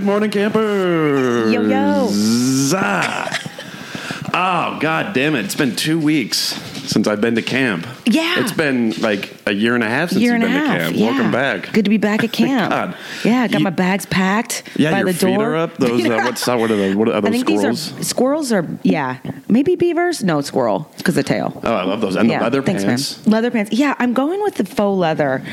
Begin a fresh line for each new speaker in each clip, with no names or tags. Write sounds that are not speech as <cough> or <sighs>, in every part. morning, campers.
Yo, yo.
Ah. Oh god damn it! It's been two weeks since I've been to camp.
Yeah.
it's been like a year and a half since
year
you've
and a
been to
half.
camp.
Yeah.
Welcome back.
Good to be back at camp.
God.
Yeah, got
You-
my bags packed
Yeah,
by
your
the
feet
door.
are
<laughs>
up. Those uh, what's what are those? What are
I
those
think
squirrels?
these are squirrels are yeah maybe beavers no squirrel because the tail
oh, I love those and
yeah,
the leather
thanks, man.
pants.
leather pants yeah I'm going with the faux leather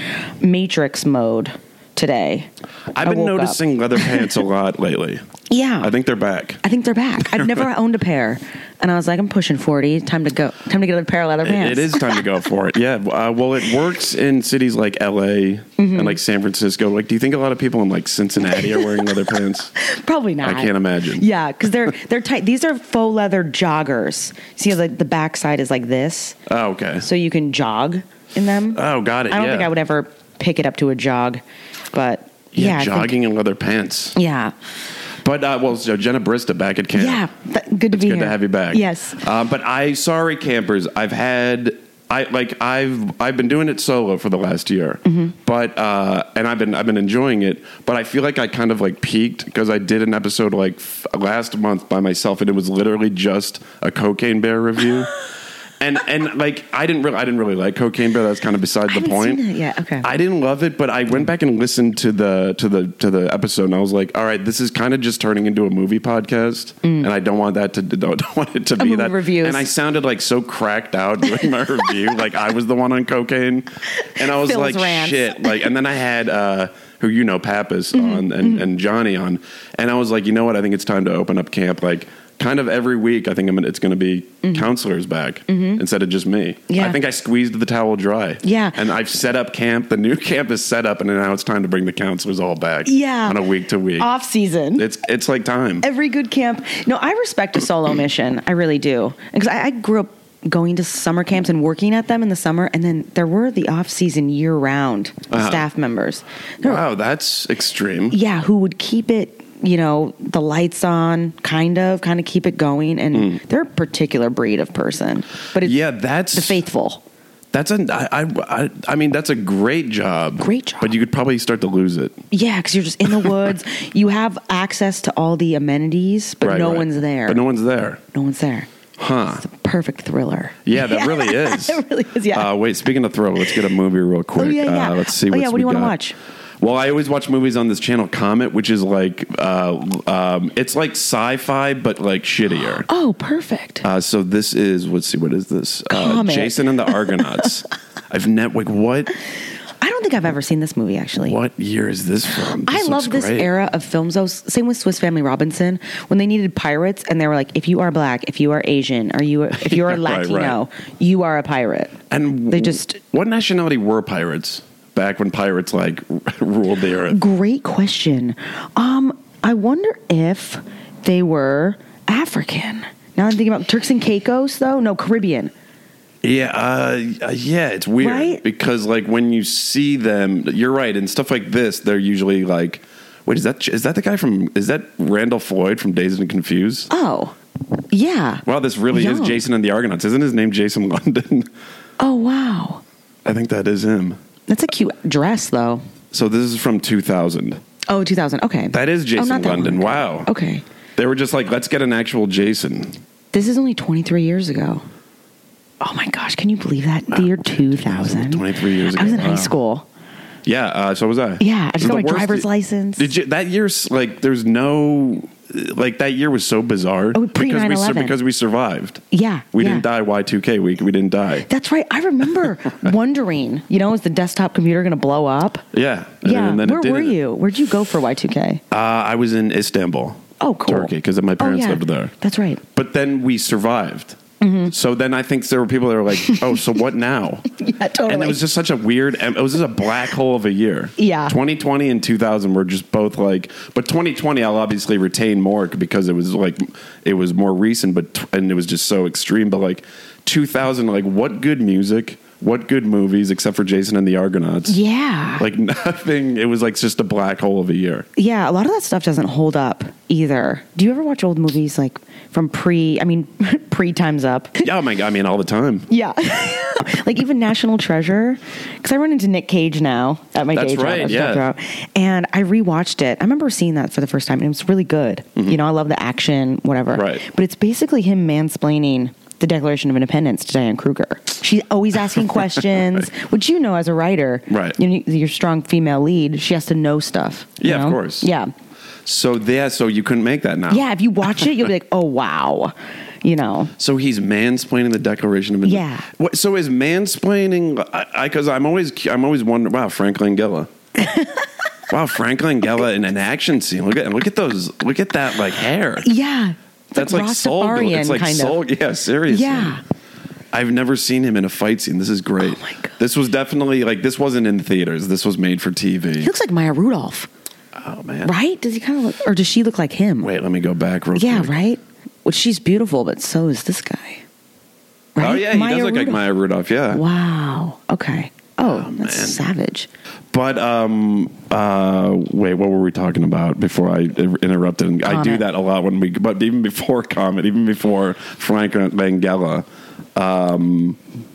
matrix mode today I
I've been
woke up.
noticing
<laughs>
leather pants a lot lately.
yeah
I think they're back.
I think
<laughs>
they're back I've never owned a pair and I was like I'm pushing forty time to go time to get a pair of leather
It-
pants
It is time to go for it. Yeah. Uh, well, it works in cities like LA
Mm-hmm.
and like San Francisco. Like, do you think a lot of people in like Cincinnati are wearing leather
<laughs>
pants?
Probably not.
can't imagine.
Yeah,
<laughs>
because they're they're tight. These are faux leather joggers. See, like the backside is like this,
Oh, okay.
so you can jog in them.
Oh, got it.
I don't
yeah.
think I would ever pick it up to a jog, but
Yeah,
yeah, I think-
jogging in leather pants.
yeah,
But uh, well, so Jenna Brista back at camp.
yeah. Th- good to
It's
be
good
here.
to have you back.
Yes.
Uh, but I, sorry, campers. I've had. I like I've I've been doing it solo for the last year,
Mm-hmm.
but uh, and I've been I've been enjoying it. But I feel like I kind of like peaked because I did an episode like f- last month by myself, and it was literally just a Cocaine Bear
<laughs>
review. and and like I didn't really I didn't really like Cocaine Bear. That's kind of beside
I
the
haven't
point.
seen it yet. Okay.
I didn't love it, but I went back and listened to the to the to the episode, and I was like, "All right, this is kind of just turning into a movie podcast, and I don't want that to don't, <laughs> don't want it to be
Mm. movie
that."
reviews.
And I sounded like so cracked out doing my
<laughs>
review, like I was the one on cocaine, and I was
Phil's
like,
rants.
"Shit!" Like, and then I had uh, who you know, Pappas
Mm-hmm,
on and, and Johnny on, and I was like, "You know what? I think it's time to open up camp." Like. Kind of every week, I think I'm, gonna- it's going to be counselors back instead of just me.
Mm-hmm. Yeah.
I think I squeezed the towel dry.
Yeah.
And I've set up camp. The new <laughs> camp is set up, and now it's time to bring the counselors all back.
yeah.
On a week to week.
off season.
It's it's like time.
every good camp. No, I respect
<clears throat>
a solo mission. I really do. Because I, I grew up going to summer camps and working at them in the summer, and then there were the off season year round
Uh-huh.
staff members. There were-
Wow, that's extreme.
yeah, who would keep it. You know, the lights on, kind of, kind of keep it going. And
Mm.
they're a particular breed of person, but it's
Yeah, that's
the faithful.
That's a I, I I- I mean that's a great job.
Great job.
But you could probably start to lose it.
Yeah, because you're just in the
<laughs>
woods. you have access to all the amenities, but
Right,
no
right.
one's there.
But no one's there.
no one's there.
Huh.
It's the perfect thriller.
Yeah,
<laughs>
that really is.
It really is, yeah. Oh,
Uh, wait, speaking of throw, let's get a movie real quick.
yeah, yeah.
Uh, let's see.
Oh,
what's
yeah, what do
we
you wanna
got.
watch?
Well, I always watch movies on this channel, Comet, which is like uh, um, it's like sci-fi but like shittier.
Oh, perfect.
Uh, so this is let's see what is this? Uh,
Comet.
Jason and the
<laughs>
Argonauts. I've never like what
I don't think I've ever seen this movie actually.
what year is this from?
I
looks
love this
great.
era of films. Though, same with Swiss Family Robinson when they needed pirates, and they were like, "If you are black, if you are Asian, are
<laughs>
you if you are
Yeah, right,
Latino, you are a pirate."
And
They just-
what nationality were pirates back when pirates like <laughs> ruled the earth?
Great question. Um, I wonder if they were African. Now I'm thinking about Turks and Caicos, though. No, Caribbean.
Yeah, uh, uh, yeah, it's weird
Right?
because like when you see them, you're right, and stuff like this, they're usually like, wait, is that is that the guy from is that Randall Floyd from Days and Confused?
Oh, yeah.
Wow, this really is
Young.
Jason and the Argonauts. Isn't his name Jason London? <laughs>
Oh, wow.
I think that is him.
That's a cute dress, though.
So this is from 2000.
Oh, 2000. Okay,
That is
Oh,
Jason
not that Oh.
London.
one.
Wow.
Okay.
They were just like, let's get an actual Jason.
This is only 23 years ago. Oh my gosh, can you believe that? The year
Ah,
2000.
23 years
I was in
ago, wow.
high school.
Yeah, uh, so was I.
Yeah, I just got
The
my
worst-
driver's license.
Did you, that year's like there's no like that year was so bizarre
Oh, pre-
because we sur-
9/11.
because we survived.
Yeah.
We
yeah.
didn't die Y2K week. We didn't die.
That's right. I
<laughs>
remember wondering, you know, is the desktop computer going to blow up?
Yeah. And
yeah.
then- and then it
Where were
didn't.
you? Where'd you go for Y2K?
Uh, I was in Istanbul.
Oh, cool.
Turkey because my parents
oh, yeah. Mm-hmm.
lived there.
That's right.
But then we survived. So then I think there were people that
<laughs>
were like, "Oh, so what now?"
<laughs> Yeah, totally.
And it was just such a weird. It was just a black hole of a year.
Yeah.
2020 and 2000 were just both like, but 2020 I'll obviously retain more because it was like it was more recent, but and it was just so extreme. But like 2000, like what good music? what good movies except for Jason and the Argonauts?
Yeah.
Like <laughs> nothing. It was like just a black hole of a year.
yeah, a lot of that stuff doesn't hold up either. Do you ever watch old movies like from pre, I mean, <laughs> pre Time's Up?
Yeah, oh my god, I mean all the time.
Yeah. <laughs> like even National Treasure, because I run into Nick Cage now at my
That's
day job.
right,
at
yeah.
Stuff Row. And I rewatched it. I remember seeing that for the first time, and it was really good. You know, I love the action, whatever.
Mm-hmm. Right.
But it's basically him mansplaining the Declaration of Independence to Diane Kruger. She's always
<laughs>
asking questions, which you know as a writer,
Right.
You know, your strong female lead, she has to know stuff. you
Yeah, of
know?
course.
Yeah,
So there, so you couldn't make that now.
yeah. If you watch it, you'll be like, oh wow, you know.
So he's mansplaining the Declaration of
Yeah.
What, so is mansplaining? Because I, am always I'm always wondering. Wow, Frank
<laughs>
Langella. wow, Frank Langella in an action scene. Look at look at those. Look at that like hair.
Yeah,
<laughs>
It's
That's like, soul. buil-
Rastafarian
It's like
kind of.
soul. Yeah, seriously.
Yeah.
I've never seen him in a fight scene. This is great.
Oh my God.
This was definitely like this wasn't in theaters. This was made for
He
TV.
looks like Maya Rudolph,
Oh man.
right? Does he kind of look, or does she look like him?
Wait, let me go back real
Yeah,
quick.
right. Which she's beautiful, but so is this guy. Right?
Oh yeah, he does look like Maya Rudolph. Yeah.
Wow. Okay. Oh,
Oh,
that's
man.
savage.
But um, uh, wait, what were we talking about before I interrupted? And I do
Comet.
that a lot when we, but even before Comet, even before Frank Langella,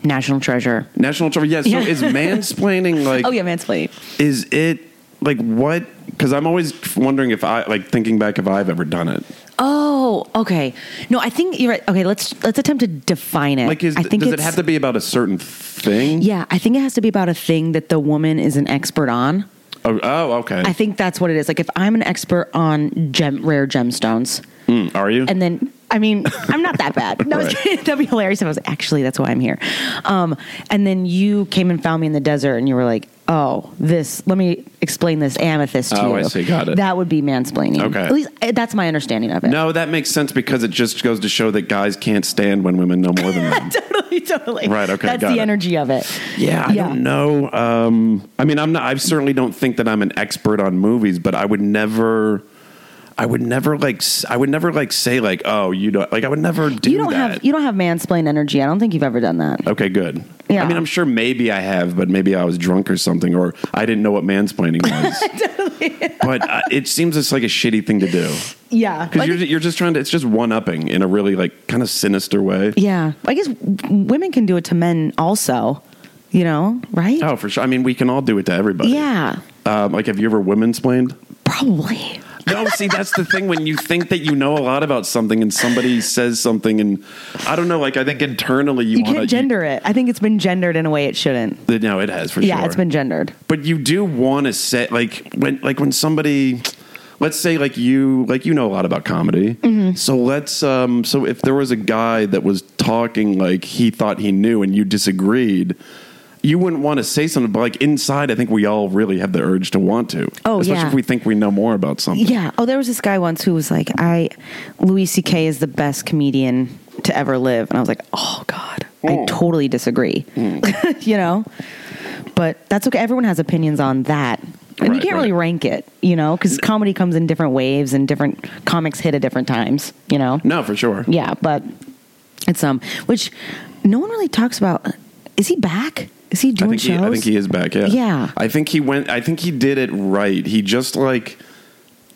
National treasure.
National Treasure. Yeah. So
Yeah.
is mansplaining like?
Oh yeah, mansplain.
Is it like what? Because I'm always wondering if I like thinking back if I've ever done it.
Oh, okay. No, I think you're right. Okay, let's let's attempt to define it.
Like, is,
I think
does it
it's-
have to be about a certain thing?
Yeah, I think it has to be about a thing that the woman is an expert on.
Oh, oh, okay.
I think that's what it is. Like if I'm an expert on gem rare gemstones,
Mm, are you?
and then I mean, I'm not that bad. No, I was
Right.
kidding. <laughs> that'd be hilarious if I was actually that's why I'm here. Um, and then you came and found me in the desert, and you were like, "Oh, this. Let me explain this amethyst to
Oh,
you."
I see. Got it.
That would be mansplaining.
Okay.
at least eh, that's my understanding of it.
no, that makes sense because it just goes to show that guys can't stand when women know more than them.
<laughs> totally, totally.
Right, okay,
That's
got
the
it.
energy of it.
Yeah, I don't know. Um, I mean, I'm not. I certainly don't think that I'm an expert on movies, but I would never. I would never like. s- I would never like say like, oh, you don't like. I would never do
you don't
that. Uh,
have you don't have mansplain energy. I don't think you've ever done that.
okay, good.
Yeah.
I mean, I'm sure maybe I have, but maybe I was drunk or something, or I didn't know what
<laughs>
mansplaining was. but uh, it seems it's like a shitty thing to do
Yeah,
because you're you're just trying to. It's just one upping in a really like kind of sinister way.
yeah. I guess w- women can do it to men also. You know, right?
Oh, for sure. I mean, we can all do it to everybody.
yeah,
Um, like, have you ever women-splained?
probably.
No, see, that's the thing when you think that you know a lot about something and somebody says something, and I don't know, like I think internally you,
you
want
can't gender it. I think it's been gendered in a way it shouldn't.
You, no, it has for
Yeah,
sure.
it's been gendered.
but you do want to say like when like when somebody. Let's say like you like you know a lot about comedy.
Mm-hmm.
So let's um so if there was a guy that was talking like he thought he knew and you disagreed, you wouldn't want to say something but like inside I think we all really have the urge to want to.
Oh,
especially
yeah.
if we think we know more about something.
Yeah. Oh, there was this guy once who was like, "I, Louis C.K. is the best comedian to ever live," and I was like, "Oh God, I
Mm.
totally disagree." <laughs> you know, but that's okay. Everyone has opinions on that, and you
Right,
can't really
right.
rank it, you know, because comedy comes in different waves and different comics hit at different times, you know.
No, for sure.
Yeah, but it's um, which no one really talks about. Is he back? Is he
I
doing
think, he,
shows?
I think he is back. Yeah.
Yeah.
I think he went. I think he did it right. He just like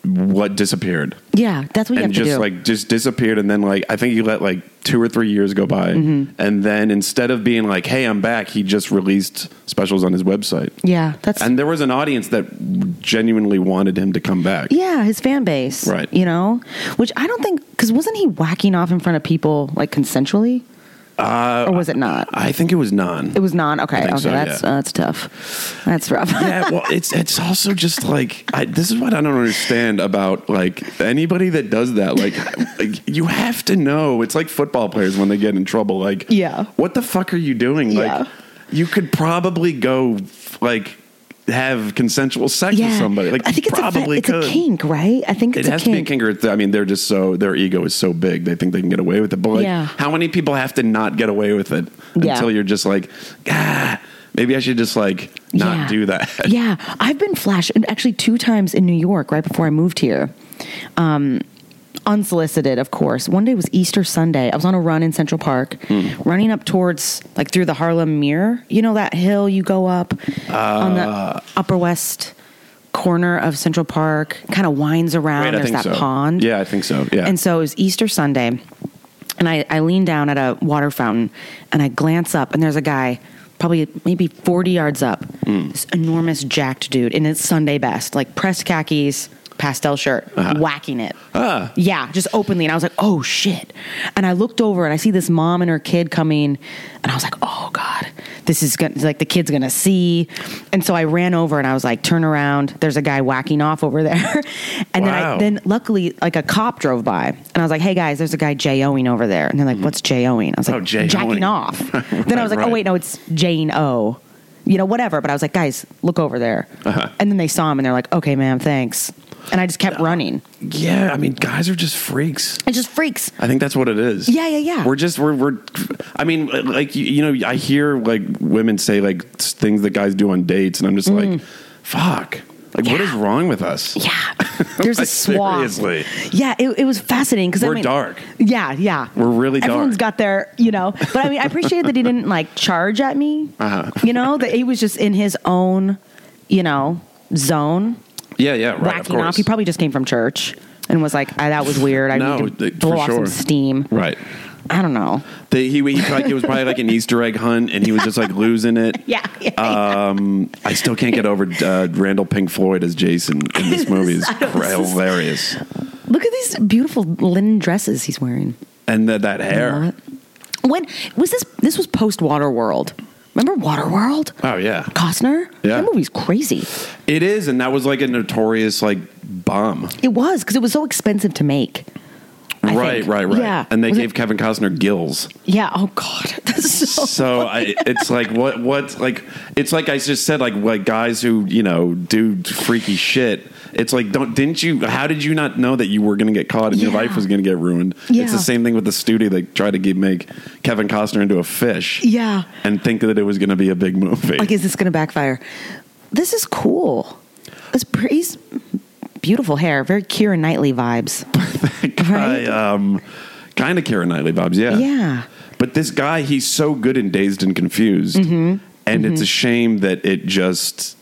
what disappeared
Yeah, that's what you
and
have to
just
do.
like just disappeared. And then like I think he let like two or three years go by.
Mm-hmm.
And then instead of being like, "Hey, I'm back," he just released specials on his website.
yeah, that's
And there was an audience that genuinely wanted him to come back.
yeah, his fan base,
Right.
You know, which I don't think because wasn't he whacking off in front of people like consensually, uh, or was it not?
I think it was non.
It was not. Okay,
think
okay,
so,
that's
yeah.
uh, that's tough. That's rough.
yeah, well, it's it's also just like I, this is what I don't understand about like anybody that does that. Like, like you have to know. It's like football players when they get in trouble. Like,
Yeah.
what the fuck are you doing? Like,
Yeah.
you could probably go like have consensual
<laughs>
sex with somebody. Like,
I think
you
it's a fa-
probably
it's
could.
a kink, right? I think
It
it's
has
a
to be a
kink.
kink. or- I mean, they're just so their ego is so big they think they can get away with it. But like,
Yeah.
how many people have to not get away with it
Yeah.
until you're just like, ah, maybe I should just like not
Yeah.
do that. <laughs>
Yeah, I've been flash and actually two times in New York right before I moved here. Um, unsolicited, of course. One day was Easter Sunday. I was on a run in Central Park,
Hmm.
running up towards like through the Harlem Mirror. You know that hill you go up on
Uh.
the Upper West corner of Central Park, kind of winds around.
Wait, I
There's
think so.
that pond.
Yeah, I think so. Yeah.
And so it was Easter Sunday, and I, I lean down at a water fountain and I glance up, and there's a guy probably maybe 40 yards up,
Hmm.
this enormous jacked dude in his Sunday best, like pressed khakis, pastel shirt, whacking it.
Uh-huh. Ah.
Yeah, just openly. And I was like, oh shit. And I looked over and I see this mom and her kid coming, and I was like, oh God, this is gonna, like the kid's gonna see. And so I ran over and I was like, turn around, there's a guy whacking off over there. <laughs> and
Wow.
then I, then luckily, like a cop drove by, and I was like, "Hey guys, there's a guy J-O-ing over there." And they're like, "What's J-O-ing?" I was like,
Oh, J-O-ing. <laughs>
"Jacking off." then I was like,
right.
"Oh wait, no, it's Jane O." You know, whatever. But I was like, "Guys, look over there."
Uh-huh.
And then they saw him, and they're like, "Okay, ma'am, thanks." And I just kept running.
yeah, I mean, guys are just freaks.
It's just freaks.
I think that's what it is.
Yeah, yeah, yeah.
We're just we're we're. I mean, like you, you know, I hear like women say like s- things that guys do on dates, and I'm just like, fuck. Like, what
Mm. Yeah.
is wrong with us? <laughs>
Yeah, there's a
Like,
swath.
seriously.
Yeah, it, it was fascinating because
We're
I mean,
dark.
Yeah, yeah.
We're really dark.
Everyone's got their, you know. But I mean, I appreciate that he didn't like charge at me.
Uh-huh.
You know, that he was just in his own, you know, zone.
Yeah, yeah, right. Of
whacking
course.
off. He probably just came from church and was like, I, "That was weird. I
No,
need to
th-
blow
for
off
sure.
some steam."
right.
I don't know.
They, he, he like, it was probably like an Easter egg hunt, and he was just like losing it.
Yeah, yeah,
Um, I still can't get over uh, Randall Pink Floyd as Jason in this movie. It's
<laughs> I know, this is-
hilarious,
Look at these beautiful linen dresses he's wearing.
and that that hair.
When was this? This was post Waterworld. Remember Waterworld?
Oh yeah,
Costner.
Yeah.
that movie's crazy.
it is, and that was like a notorious like bomb.
It was because it was so expensive to make. I
right,
think.
right, right.
Yeah,
And they
Was it-
gave Kevin Costner gills.
Yeah. Oh God. <laughs> That's so.
So I, it's like what what like it's like I just said like like guys who you know do freaky shit. It's like don't didn't you? How did you not know that you were going to get caught and your
Yeah.
life was going to get ruined?
Yeah.
It's the same thing with the studio. They tried to get, make Kevin Costner into a fish.
Yeah.
And think that it was going to be a big movie. <laughs>
Like, is this going to backfire? This is cool. This pretty he's beautiful hair. Very Kira Knightley vibes.
I,
right?
um, kind of Karen Knightley Bob's, yeah.
Yeah.
But this guy, he's so good in Dazed and Confused,
Mm-hmm.
and it's a shame that it just.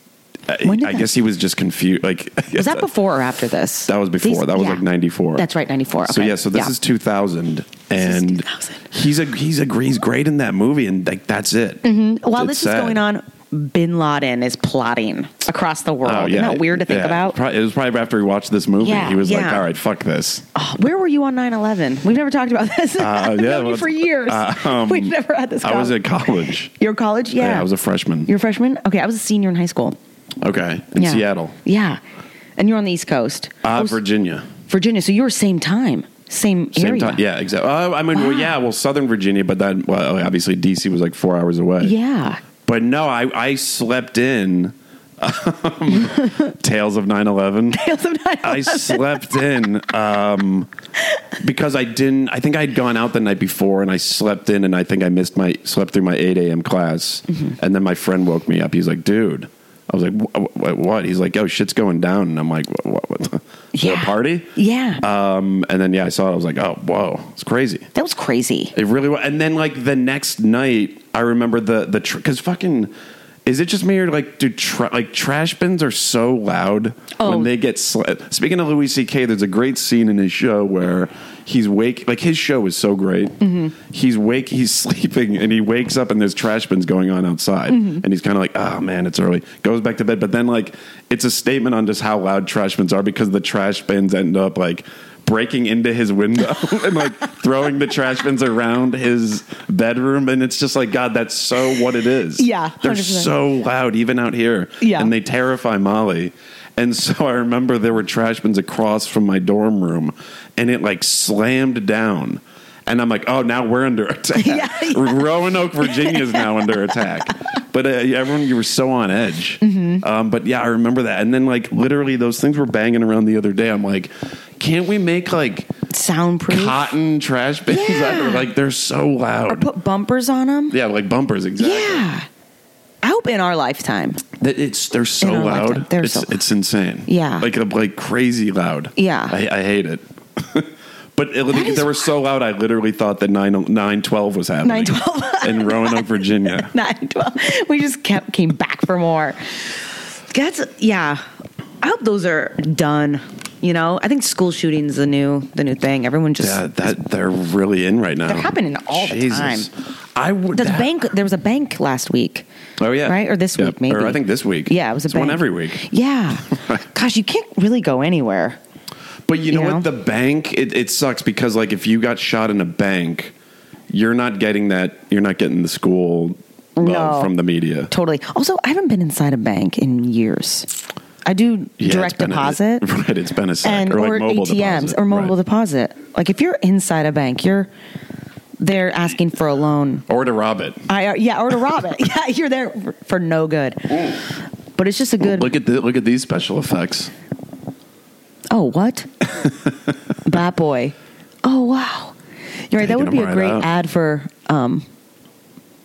I,
When did
I
that-
guess he was just confused. Like <laughs>
Was that before or after this?
That was before.
These-
that was
yeah.
like ninety four.
That's right, 94.
So
Okay.
yeah, so this is two thousand,
This is
and
2000.
he's a he's a he's great in that movie, and like that's it.
Mm-hmm. While
It's
this
sad.
is going on, Bin Laden is plotting across the world.
Oh, yeah.
Isn't that weird to think
Yeah.
about?
Probably- it was probably after he watched this movie,
Yeah,
he was like,
yeah.
"All right, fuck this."
<laughs> Oh, where were you on 9-11? We've never talked about <laughs> this. I've
Uh, yeah,
known
well,
you for years.
uh, um,
<laughs> We've never had this.
I was
conversation.
at college.
Your college? <laughs> Yeah.
Yeah, I was a freshman.
You're a freshman? Okay, I was a senior in high school.
Okay, in
yeah.
Seattle,
Yeah. And you're on the East Coast.
uh,
Oh, s-
Virginia.
Virginia. So you were same time, same,
Same
area.
time, yeah, exactly. Uh, I mean, well,
Wow.
yeah, well, Southern Virginia, but then, well, obviously DC was like four hours away.
Yeah. <laughs>
But no, I, I slept in
<laughs>
um, Tales of 9 11. I slept in um, because I didn't. I think I'd gone out the night before and I slept in, and I think I missed my slept through my eight a.m. class,
Mm-hmm.
and then my friend woke me up. He's like, "Dude," I was like, "Wh- wh- "What?" He's like, "Oh, shit's going down," and I'm like, "What? what, what the, <laughs> is there a
Yeah.
party?"
Yeah.
Um, and then yeah, I saw it. I was like, "Oh, whoa, it's crazy."
that was crazy.
It really was. And then like the next night, I remember the the because fucking. Is it just me or like do tra- like trash bins are so loud
Oh.
when they get sl- speaking of Louis C.K. There's a great scene in his show where he's wake like his show is so great. He's wake he's <laughs> sleeping and he wakes up and there's trash bins going on outside and he's kind of like oh man it's early goes back to bed but then like it's a statement on just how loud trash bins are because the trash bins end up like breaking into his window <laughs> and like throwing the trash bins around his bedroom and it's just like god that's so what it is
Yeah,
they're
100%.
so loud even out here
Yeah.
and they terrify molly and so i remember there were trash bins across from my dorm room and it like slammed down and i'm like oh now we're under attack
<laughs> Yeah, yeah.
roanoke virginia is now under
<laughs>
attack but uh, everyone you were so on edge
Mm-hmm.
um, but yeah i remember that and then like literally those things were banging around the other day i'm like can't we make like
Soundproof.
cotton trash bins <laughs> out of-
Yeah.
like they're so
Or
loud
put bumpers on them.
yeah like bumpers exactly
Yeah. I hope in our
<laughs>
lifetime.
That it's they're so
In our
loud.
lifetime, they're
it's,
so loud.
it's insane.
Yeah.
like like crazy loud.
Yeah.
I, I hate it. <laughs> But uh, it, they,
is
were so loud, I literally thought that 9, 912 was happening. <laughs>
9/12.
in Roanoke, Virginia.
<laughs> nine, twelve. We just kept came back for more. That's yeah. I hope those are done. You know, I think school shootings the new the new thing. Everyone just
Yeah, that they're really in right now.
They're happening all the time.
I would.
does
that-
bank. There was a bank last week.
Oh yeah,
right? Or this
Yeah,
week, maybe.
Or I think this week.
Yeah, it was a
It's
bank.
one every week. <laughs>
Yeah. Gosh, you can't really go anywhere.
But you know
You
what?
know?
The bank it, it sucks because like if you got shot in a bank, you're not getting that. You're not getting the school love
No.
from the media.
Totally. Also, I haven't been inside a bank in years. I do
Yeah, it's
direct
been a- <laughs>
deposit
right? It's been a sec,
and or,
like mobile
ATMs
deposit,
or mobile
right.
deposit. Like if you're inside a bank, you're they're asking for a loan.
or to rob it.
I uh, yeah, or to rob it. <laughs> Yeah, you're there for, for no good. But it's just a good.
Look at the, look at these special effects.
oh,
<laughs>
what? Bat boy. Oh wow. You're right.
Taking
That would be
them
a
right
great
out.
ad for um,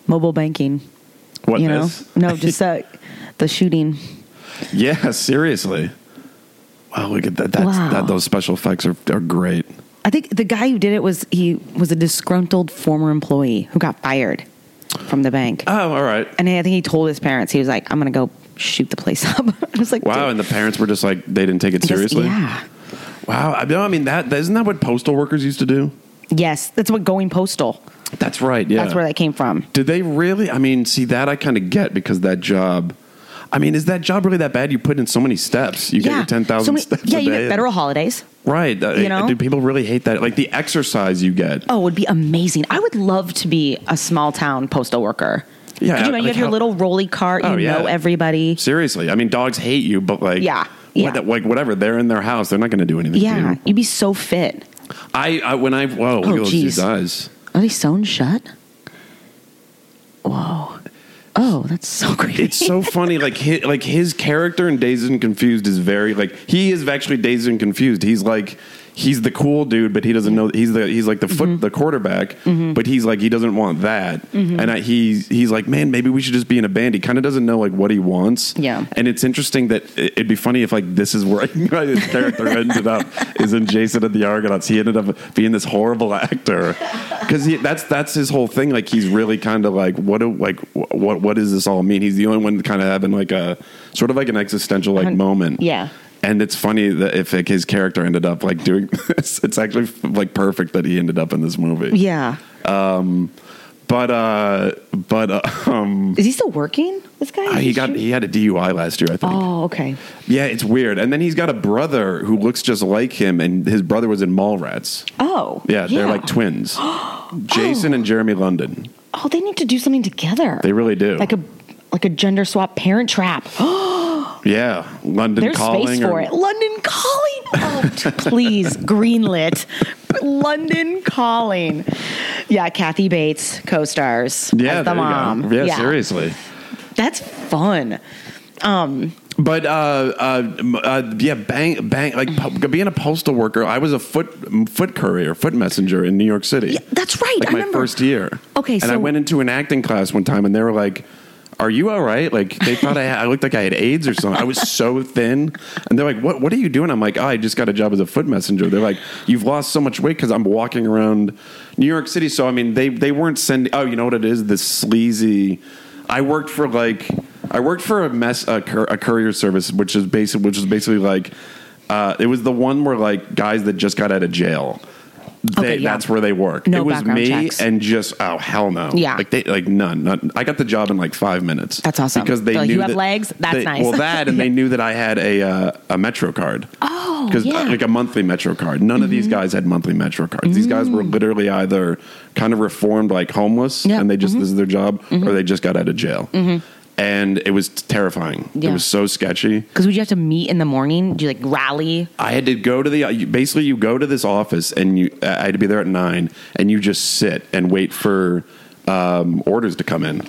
mobile banking.
What
you know,
this?
no,
<laughs>
just uh, the shooting.
Yeah, seriously. Wow, look at that. That's,
Wow.
that those special effects are, are great.
I think the guy who did it was he was a disgruntled former employee who got fired from the bank,
Oh, all right.
and I think he told his parents he was like, "I'm gonna go shoot the place up." <laughs> I was like,
Wow,
dude,
and the parents were just like they didn't take it
I guess-
seriously.
yeah.
Wow, I, no, I mean that isn't that what postal workers used to do?
Yes, that's what going postal.
That's right. Yeah,
That's where that came from.
Did they really? I mean, see that I kind of get because that job. I mean, is that job really that bad? You put in so many steps. You get your ten
So
thousand
many-
steps.
Yeah,
a
you
day.
get federal holidays.
Right. uh,
you know?
Do people really hate that? Like the exercise you get.
Oh, it would be amazing. I would love to be a small town postal worker.
Yeah,
Could you, imagine? you
like
have your
how-
little rolly cart. You
Oh, yeah.
know everybody.
Seriously, I mean, dogs hate you, but like,
Yeah,
what
yeah.
the- like whatever. They're in their house. They're not going to do anything. to
Yeah, Oh,
you.
you'd be so fit.
I, I when I whoa, look at those
geez.
dude's eyes.
Are they sewn shut? Whoa. Oh, that's so <laughs> creepy.
It's so
<laughs>
funny. Like his, like his character in Dazed and Confused is very like he is actually Dazed and Confused. He's like he's the cool dude, but he doesn't know he's the he's like the foot
Mm-hmm.
the quarterback, but he's like he doesn't want that. And I, he's he's like man, maybe we should just be in a band. He kind of doesn't know like what he wants.
Yeah.
and it's interesting that it, it'd be funny if like this is where <laughs> his character ended up is in Jason and the Argonauts. He ended up being this horrible actor because that's that's his whole thing. Like he's really kind of like what do like wh- what what does this all mean? He's the only one kind of having like a sort of like an existential like
Hun-
moment.
yeah.
And it's funny that if like, his character ended up like doing <laughs> this, it's actually like perfect that he ended up in this movie.
yeah.
But uh, but uh, <laughs> um,
Is he still working? This guy?
Uh, he got he had a DUI last year, I think.
Oh, okay.
Yeah, it's weird. And then he's got a brother who looks just like him, and his brother was in Mallrats.
Oh.
Yeah, they're like
<gasps>
twins, Jason and Jeremy London.
Oh, they need to do something together.
They really do.
like a like a gender swap parent
<gasps>
trap.
yeah, London
There's
calling
space
or-
for it. London
<laughs>
calling. Oh, t- please, greenlit. <laughs> London calling. Yeah, Kathy Bates co-stars
Yeah, there you
as the
go.
mom.
Yeah, seriously.
That's fun.
But uh, uh, m- uh, yeah, bang, bang, like po- being a postal worker. I was a foot foot courier, foot messenger in New York City.
Yeah, that's right.
Like
I
my
remember.
first year.
Okay,
and I
so-
went into an acting class one time, and they were like. Are you all right? Like they thought I, had, I looked like I had AIDS or something. I was so thin, and they're like, "What? What are you doing?" I'm like, oh, "I just got a job as a foot messenger." They're like, "You've lost so much weight because I'm walking around New York City." So I mean, they they weren't sending. Oh, you know what it is? This sleazy. I worked for like I worked for a mess a, cur- a courier service, which is basic, which is basically like uh, it was the one where like guys that just got out of jail. They,
Okay, yeah.
That's where they work.
No
it was
background
me
checks.
and just oh hell no.
Yeah.
like they like none. Not, I got the job in like five minutes.
That's awesome.
Because they
They're like,
knew
"You have
that-
legs? That's
they-
nice."
Well, that
<laughs>
and they knew that I had a uh, a Metro card.
Oh,
because
yeah.
uh,
Mm-hmm.
like a monthly Metro card. None of these guys had monthly Metro cards. These guys
Mm.
were literally either kind of reformed, like homeless,
Yeah.
and they just this is their job,
Mm-hmm.
or they just got out of jail. And it was terrifying.
Yeah.
It was so sketchy.
Because would you have to meet in the morning? Do you like rally?
I had to go to the you- basically you go to this office and you I had to be there at nine and you just sit and wait for um, orders to come in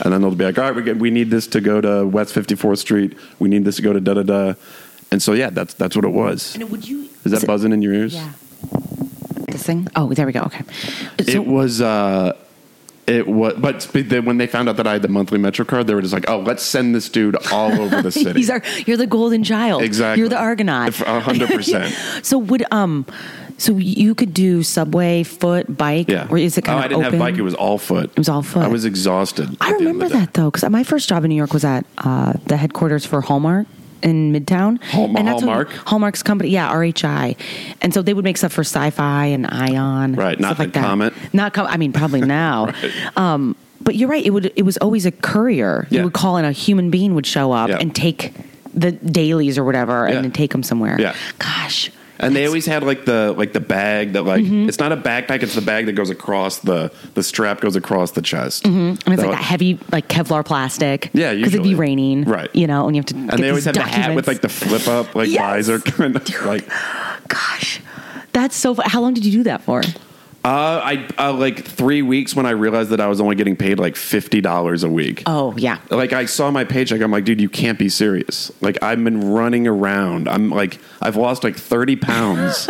and then they'll be like all right we get, we need this to go to West Fifty Fourth Street we need this to go to da da da and so yeah that's that's what it was
And would you?
is that
it-
buzzing in your ears
Yeah. This thing. Oh, there we go. Okay. So, <laughs>
it was uh it was but sp- then when they found out that I had the monthly Metro card they were just like oh let's send this dude all over
<laughs>
the city
He's our. You're the golden child.
exactly
You're the Argonaut. <laughs>
If- a hundred percent
So would um, So you could do subway, foot, bike,
Yeah.
or is it kind
oh,
of
I didn't have
open?
bike. It was all foot. It
was all foot.
I was exhausted. at the
I
end of
remember
the day.
that though, because my first job in New York was at uh, the headquarters for Hallmark in Midtown.
Hallma-
and that's what-
Hallmark?
Hallmark's company, yeah, RHI. And so they would make stuff for Sci-Fi and Ion,
Right, not
stuff like
the
that.
Comet.
Not com- I
<laughs>
mean, probably now.
Right.
um, but you're right. It would. It was always a courier.
Yeah.
You would call, and a human being would show up
Yeah.
and take the dailies or whatever,
Yeah.
and then take them somewhere.
Yeah.
Gosh.
And they always had like the like the bag that like
Mm-hmm.
it's not a backpack. It's the bag that goes across the the strap goes across the chest. Mm-hmm.
And it's like that heavy, like Kevlar plastic.
Yeah,
because it'd
usually.
be raining,
Right.
You know, and you have to. get
And they always had
these
the hat with
documents.
like the flip up like
<laughs> Yes.
visor kind of like.
Gosh, that's so. fu- How long did you do that for?
Uh, I uh, like three weeks when I realized that I was only getting paid like fifty dollars a week.
Oh yeah,
like I saw my paycheck, I'm like, dude, you can't be serious. Like I've been running around. I'm like, I've lost like 30
<laughs>
pounds.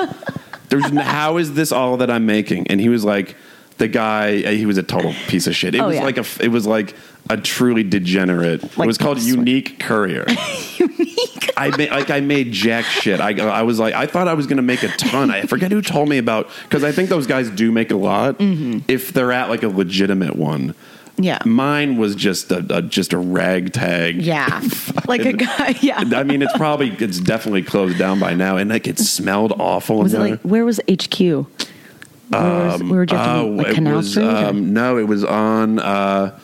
There's how is this all that I'm making? And he was like, the guy, uh, he was a total piece of shit. It
Oh,
was
yeah.
like a, f- it was like a truly degenerate. it
Like
was called
Tom Sawyer.
Unique
<laughs>
Courier. I made like I made jack shit. I I was like I thought I was gonna make a ton. I forget who told me about because I think those guys do make a lot
Mm-hmm.
if they're at like a legitimate one.
yeah,
Mine was just a, a just a ragtag. <laughs>
yeah. like a guy. <laughs> Yeah.
I mean, it's probably it's definitely closed down by now, and like it smelled awful. in
Was it
there.
like where was HQ? Where was, where would you have to
Oh,
meet? like
it
Canal
was
Street? or-
um, no, it was on. Uh,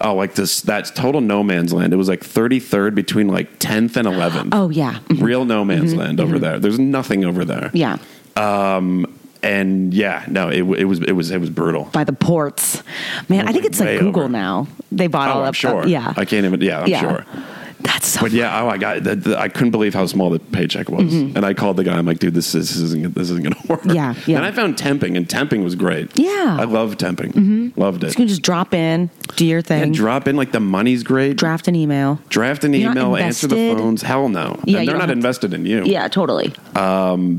oh, like this that's total no man's land. It was like 33rd between like 10th and 11th.
<gasps> oh yeah, Mhm.
Real no man's land over there. There's nothing over there.
yeah.
And yeah, no, it, w- it was it was it was brutal.
By the ports, man. I think it's
Way
like Google
over.
now. They bought all
Oh,
up. uh,
I'm sure.
yeah,
I can't even. Yeah, I'm
yeah.
sure.
That's so.
But yeah, oh, I got. The, the, I couldn't believe how small the paycheck was, and I called the guy. I'm like, dude, this is, this isn't this isn't gonna <laughs> work.
Mm-hmm. Yeah, yeah.
And I found temping, and temping was great.
Yeah. Mm-hmm.
I love temping. Loved it.
You can just drop in, do your
And
thing,
drop in like the money's great.
draft an email.
Draft an
You're not
email, answer the
invested.
phones. Hell no.
Yeah,
and
you
they're
don't
not
have to-
invested in you.
Yeah, totally.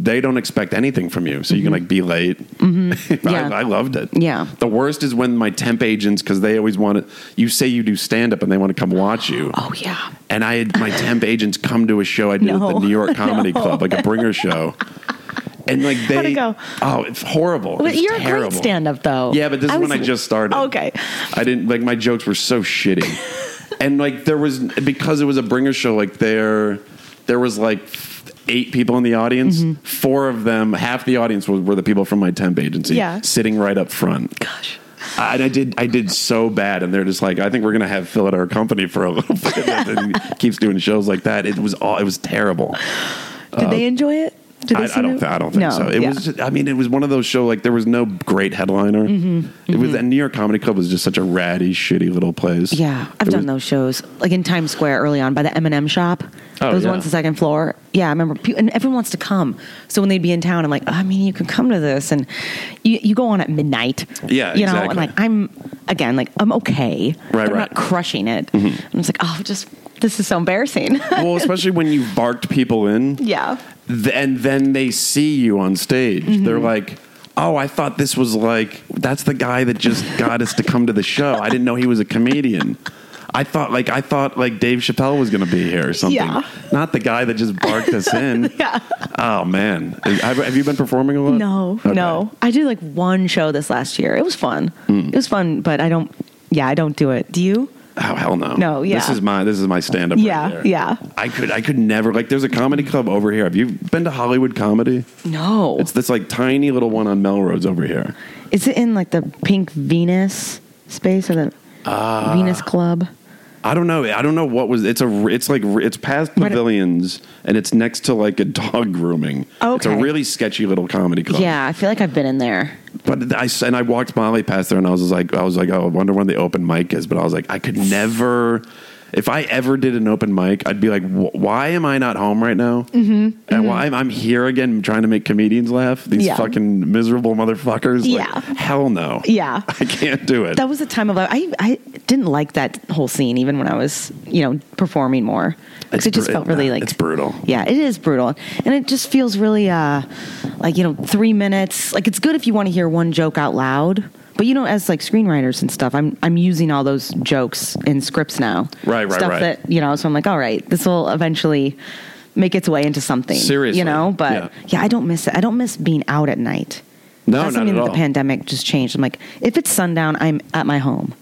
They don't expect anything from you. So you can like be late. Mm-hmm. <laughs>
Yeah.
I, I loved it.
Yeah.
The worst is when my temp agents, because they always want to, you say you do stand up and they want to come watch you.
Oh yeah.
And I had my
<laughs>
temp agents come to a show I did at the
No.
New York Comedy Club, like a bringer show. And like they,
How'd it go?
oh, it's horrible.
But
It's
you're a
terrible.
great stand-up though.
Yeah, but this is
was-
when I just started.
<laughs> Okay.
I didn't like my jokes were so
<laughs>
shitty, and like there was because it was a bringer show. Like there, there was like eight people in the audience.
Mm-hmm.
Four of them, half the audience were, were the people from my temp agency,
Yeah.
sitting right up front.
Gosh.
I, and I did, I did so bad, and they're just like, I think we're gonna have Phil at our company for a little <laughs> bit. and then keeps doing shows like that. It was all, it was terrible.
Did they enjoy it?
I,
Did they
Uh, I
send
don't.
it?
Th- I don't think
No,
so. It
yeah.
was. Just, I mean, it was one of those show like there was no great headliner.
Mm-hmm,
It was and New York Comedy Club was just such a ratty, shitty little place.
yeah, I've
It
done
was-
those shows like in Times Square early on by the M&M shop.
Oh,
those
yeah.
ones the second floor. Yeah, I remember pe- and everyone wants to come. So when they'd be in town, I'm like, oh, I mean, you can come to this and you, you go on at midnight.
Yeah,
you know,
exactly.
and like I'm again like I'm okay.
Right,
I'm
right. Mm-hmm.
not crushing it. And I'm just like, oh, just this is so embarrassing. <laughs>
well, especially when you barked people in.
yeah.
th- and then they see you on stage.
Mm-hmm.
They're like, "Oh, I thought this was like that's the guy that just got us to come to the show. I didn't know he was a comedian." I thought like I thought like Dave Chappelle was going to be here or something,
Yeah.
not the guy that just barked
<laughs>
us in.
Yeah.
Oh man, have, have you been performing a lot?
No,
Okay.
no. I did like one show this last year. It was fun.
Hmm.
It was fun, but I don't. Yeah, I don't do it. Do you?
Oh hell no!
No, yeah.
This is my this is my stand up.
Yeah, yeah.
I could I could never like. There's a comedy club over here. Have you been to Hollywood Comedy?
No.
It's this like tiny little one on Melrose over here.
Is it in like the Pink Venus space or the
Ah.
Venus Club?
I don't know. I don't know what was. It's a. It's like it's past
But-
pavilions and it's next to like a dog <laughs> grooming. It's a
Okay.
really sketchy little comedy club.
Yeah, I feel like I've been in there.
But I s- and I walked Molly past there, and I was like, I was like, oh, I wonder when the open mic is. But I was like, I could never. If I ever did an open mic, I'd be like, "Wh- why am I not home right now? Mm-hmm, and why am I'm here again trying to make comedians laugh? These
Yeah.
fucking miserable motherfuckers.
Yeah.
Like, hell no.
Yeah.
<laughs> I can't do it.
That was a time of I I didn't like that whole scene even when I was, you know, performing more. Cuz
It's
it just
bru-
felt really
nah,
like
it's brutal.
Yeah, it is brutal. And it just feels really uh like, you know, 3 minutes. Like it's good if you want to hear one joke out loud. But you know, as like screenwriters and stuff, I'm I'm using all those jokes in scripts now.
Right, right,
stuff
right.
That you know, so I'm like, all right, this will eventually make its way into something.
Seriously,
you know. But
yeah.
yeah. I don't miss it. I don't miss being out at night.
No,
That's
not
something
at
that
all.
the pandemic just changed. I'm like, if it's sundown, I'm at my home.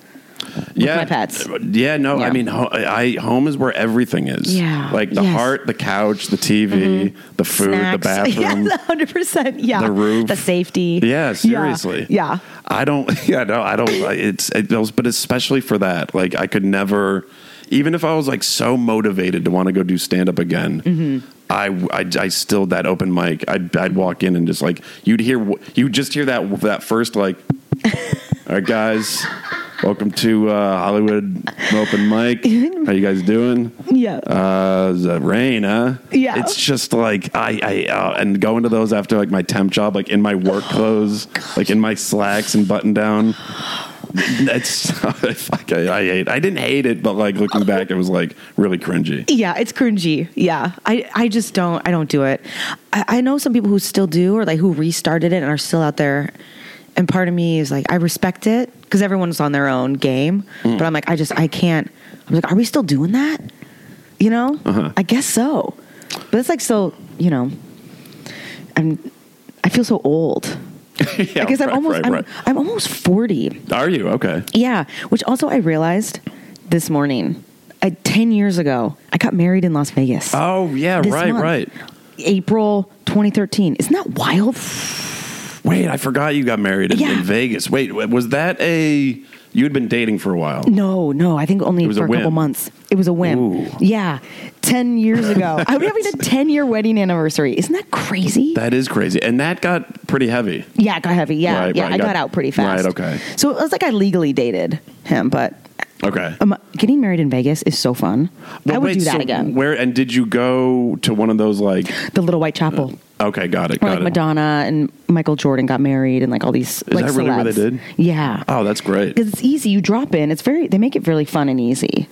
yeah,
my pets.
Yeah, no, I
Yeah.
mean, ho- I home is where everything is.
Yeah,
like the
yes. Mm-hmm.
heart, the couch, the TV, the food, the bathroom.
<laughs> Yeah, hundred percent. Yeah,
The roof.
the safety.
Yeah, seriously.
Yeah.
I don't. <laughs> Yeah, no, I don't. It's it goes, but especially for that, like I could never, even if I was like so motivated to want to go do stand up again.
Mm-hmm.
I, I, I still that open mic. I'd, I'd walk in and just like you'd hear you just hear that that first
<laughs>
like, all right guys, welcome to uh, Hollywood open
<laughs>
mic. How you guys doing?
Yeah.
Uh, the rain, huh?
Yeah.
It's just like I, I, uh, and going to those after like my temp job, like in my
<gasps>
work clothes, like in my slacks and button down. It's <laughs> fuck. I, I hate. I didn't hate it, but like looking back, it was like really cringy. <laughs>
Yeah, it's cringy. Yeah, I, I just don't I don't do it. I, I know some people who still do or like who restarted it and are still out there. And part of me is like I respect it because everyone's on their own game.
Mm.
But I'm like I just I can't. I'm like, are we still doing that? You know,
Uh-huh.
I guess so. But it's like so you know. I'm I feel so old.
yeah,
I guess I'm
right,
almost
right,
I'm,
right.
I'm almost forty.
Are you okay?
Yeah, which also I realized this morning. I, Ten years ago, I got married in Las Vegas.
Oh yeah,
This
right,
month.
right.
April 2013. Isn't that wild?
Wait, I forgot you got married in,
Yeah.
in Vegas. Wait, was that a you had been dating for a while?
No, no. I think only
It was
for
a
a, couple
whim.
months. It was a whim.
Ooh.
Yeah, ten years
<laughs>
ago. I would having a ten-year wedding anniversary. Isn't that crazy?
That is crazy, and that got pretty heavy.
yeah, it got heavy. Yeah,
Right,
yeah.
right,
I got,
got-
out pretty fast.
right, okay.
So it was like I legally dated him, but
Okay,
um, getting married in Vegas is so fun. I
Well,
would
wait,
do that
so
again.
Where and did you go to one of those like?
The Little White Chapel.
Okay, got it, got
Where like
it.
Madonna and Michael Jordan got married, and like all these like
that really where they
celebs.
did?
Yeah.
Oh, that's great.
because it's easy. You drop in. It's very. They make it really fun and easy.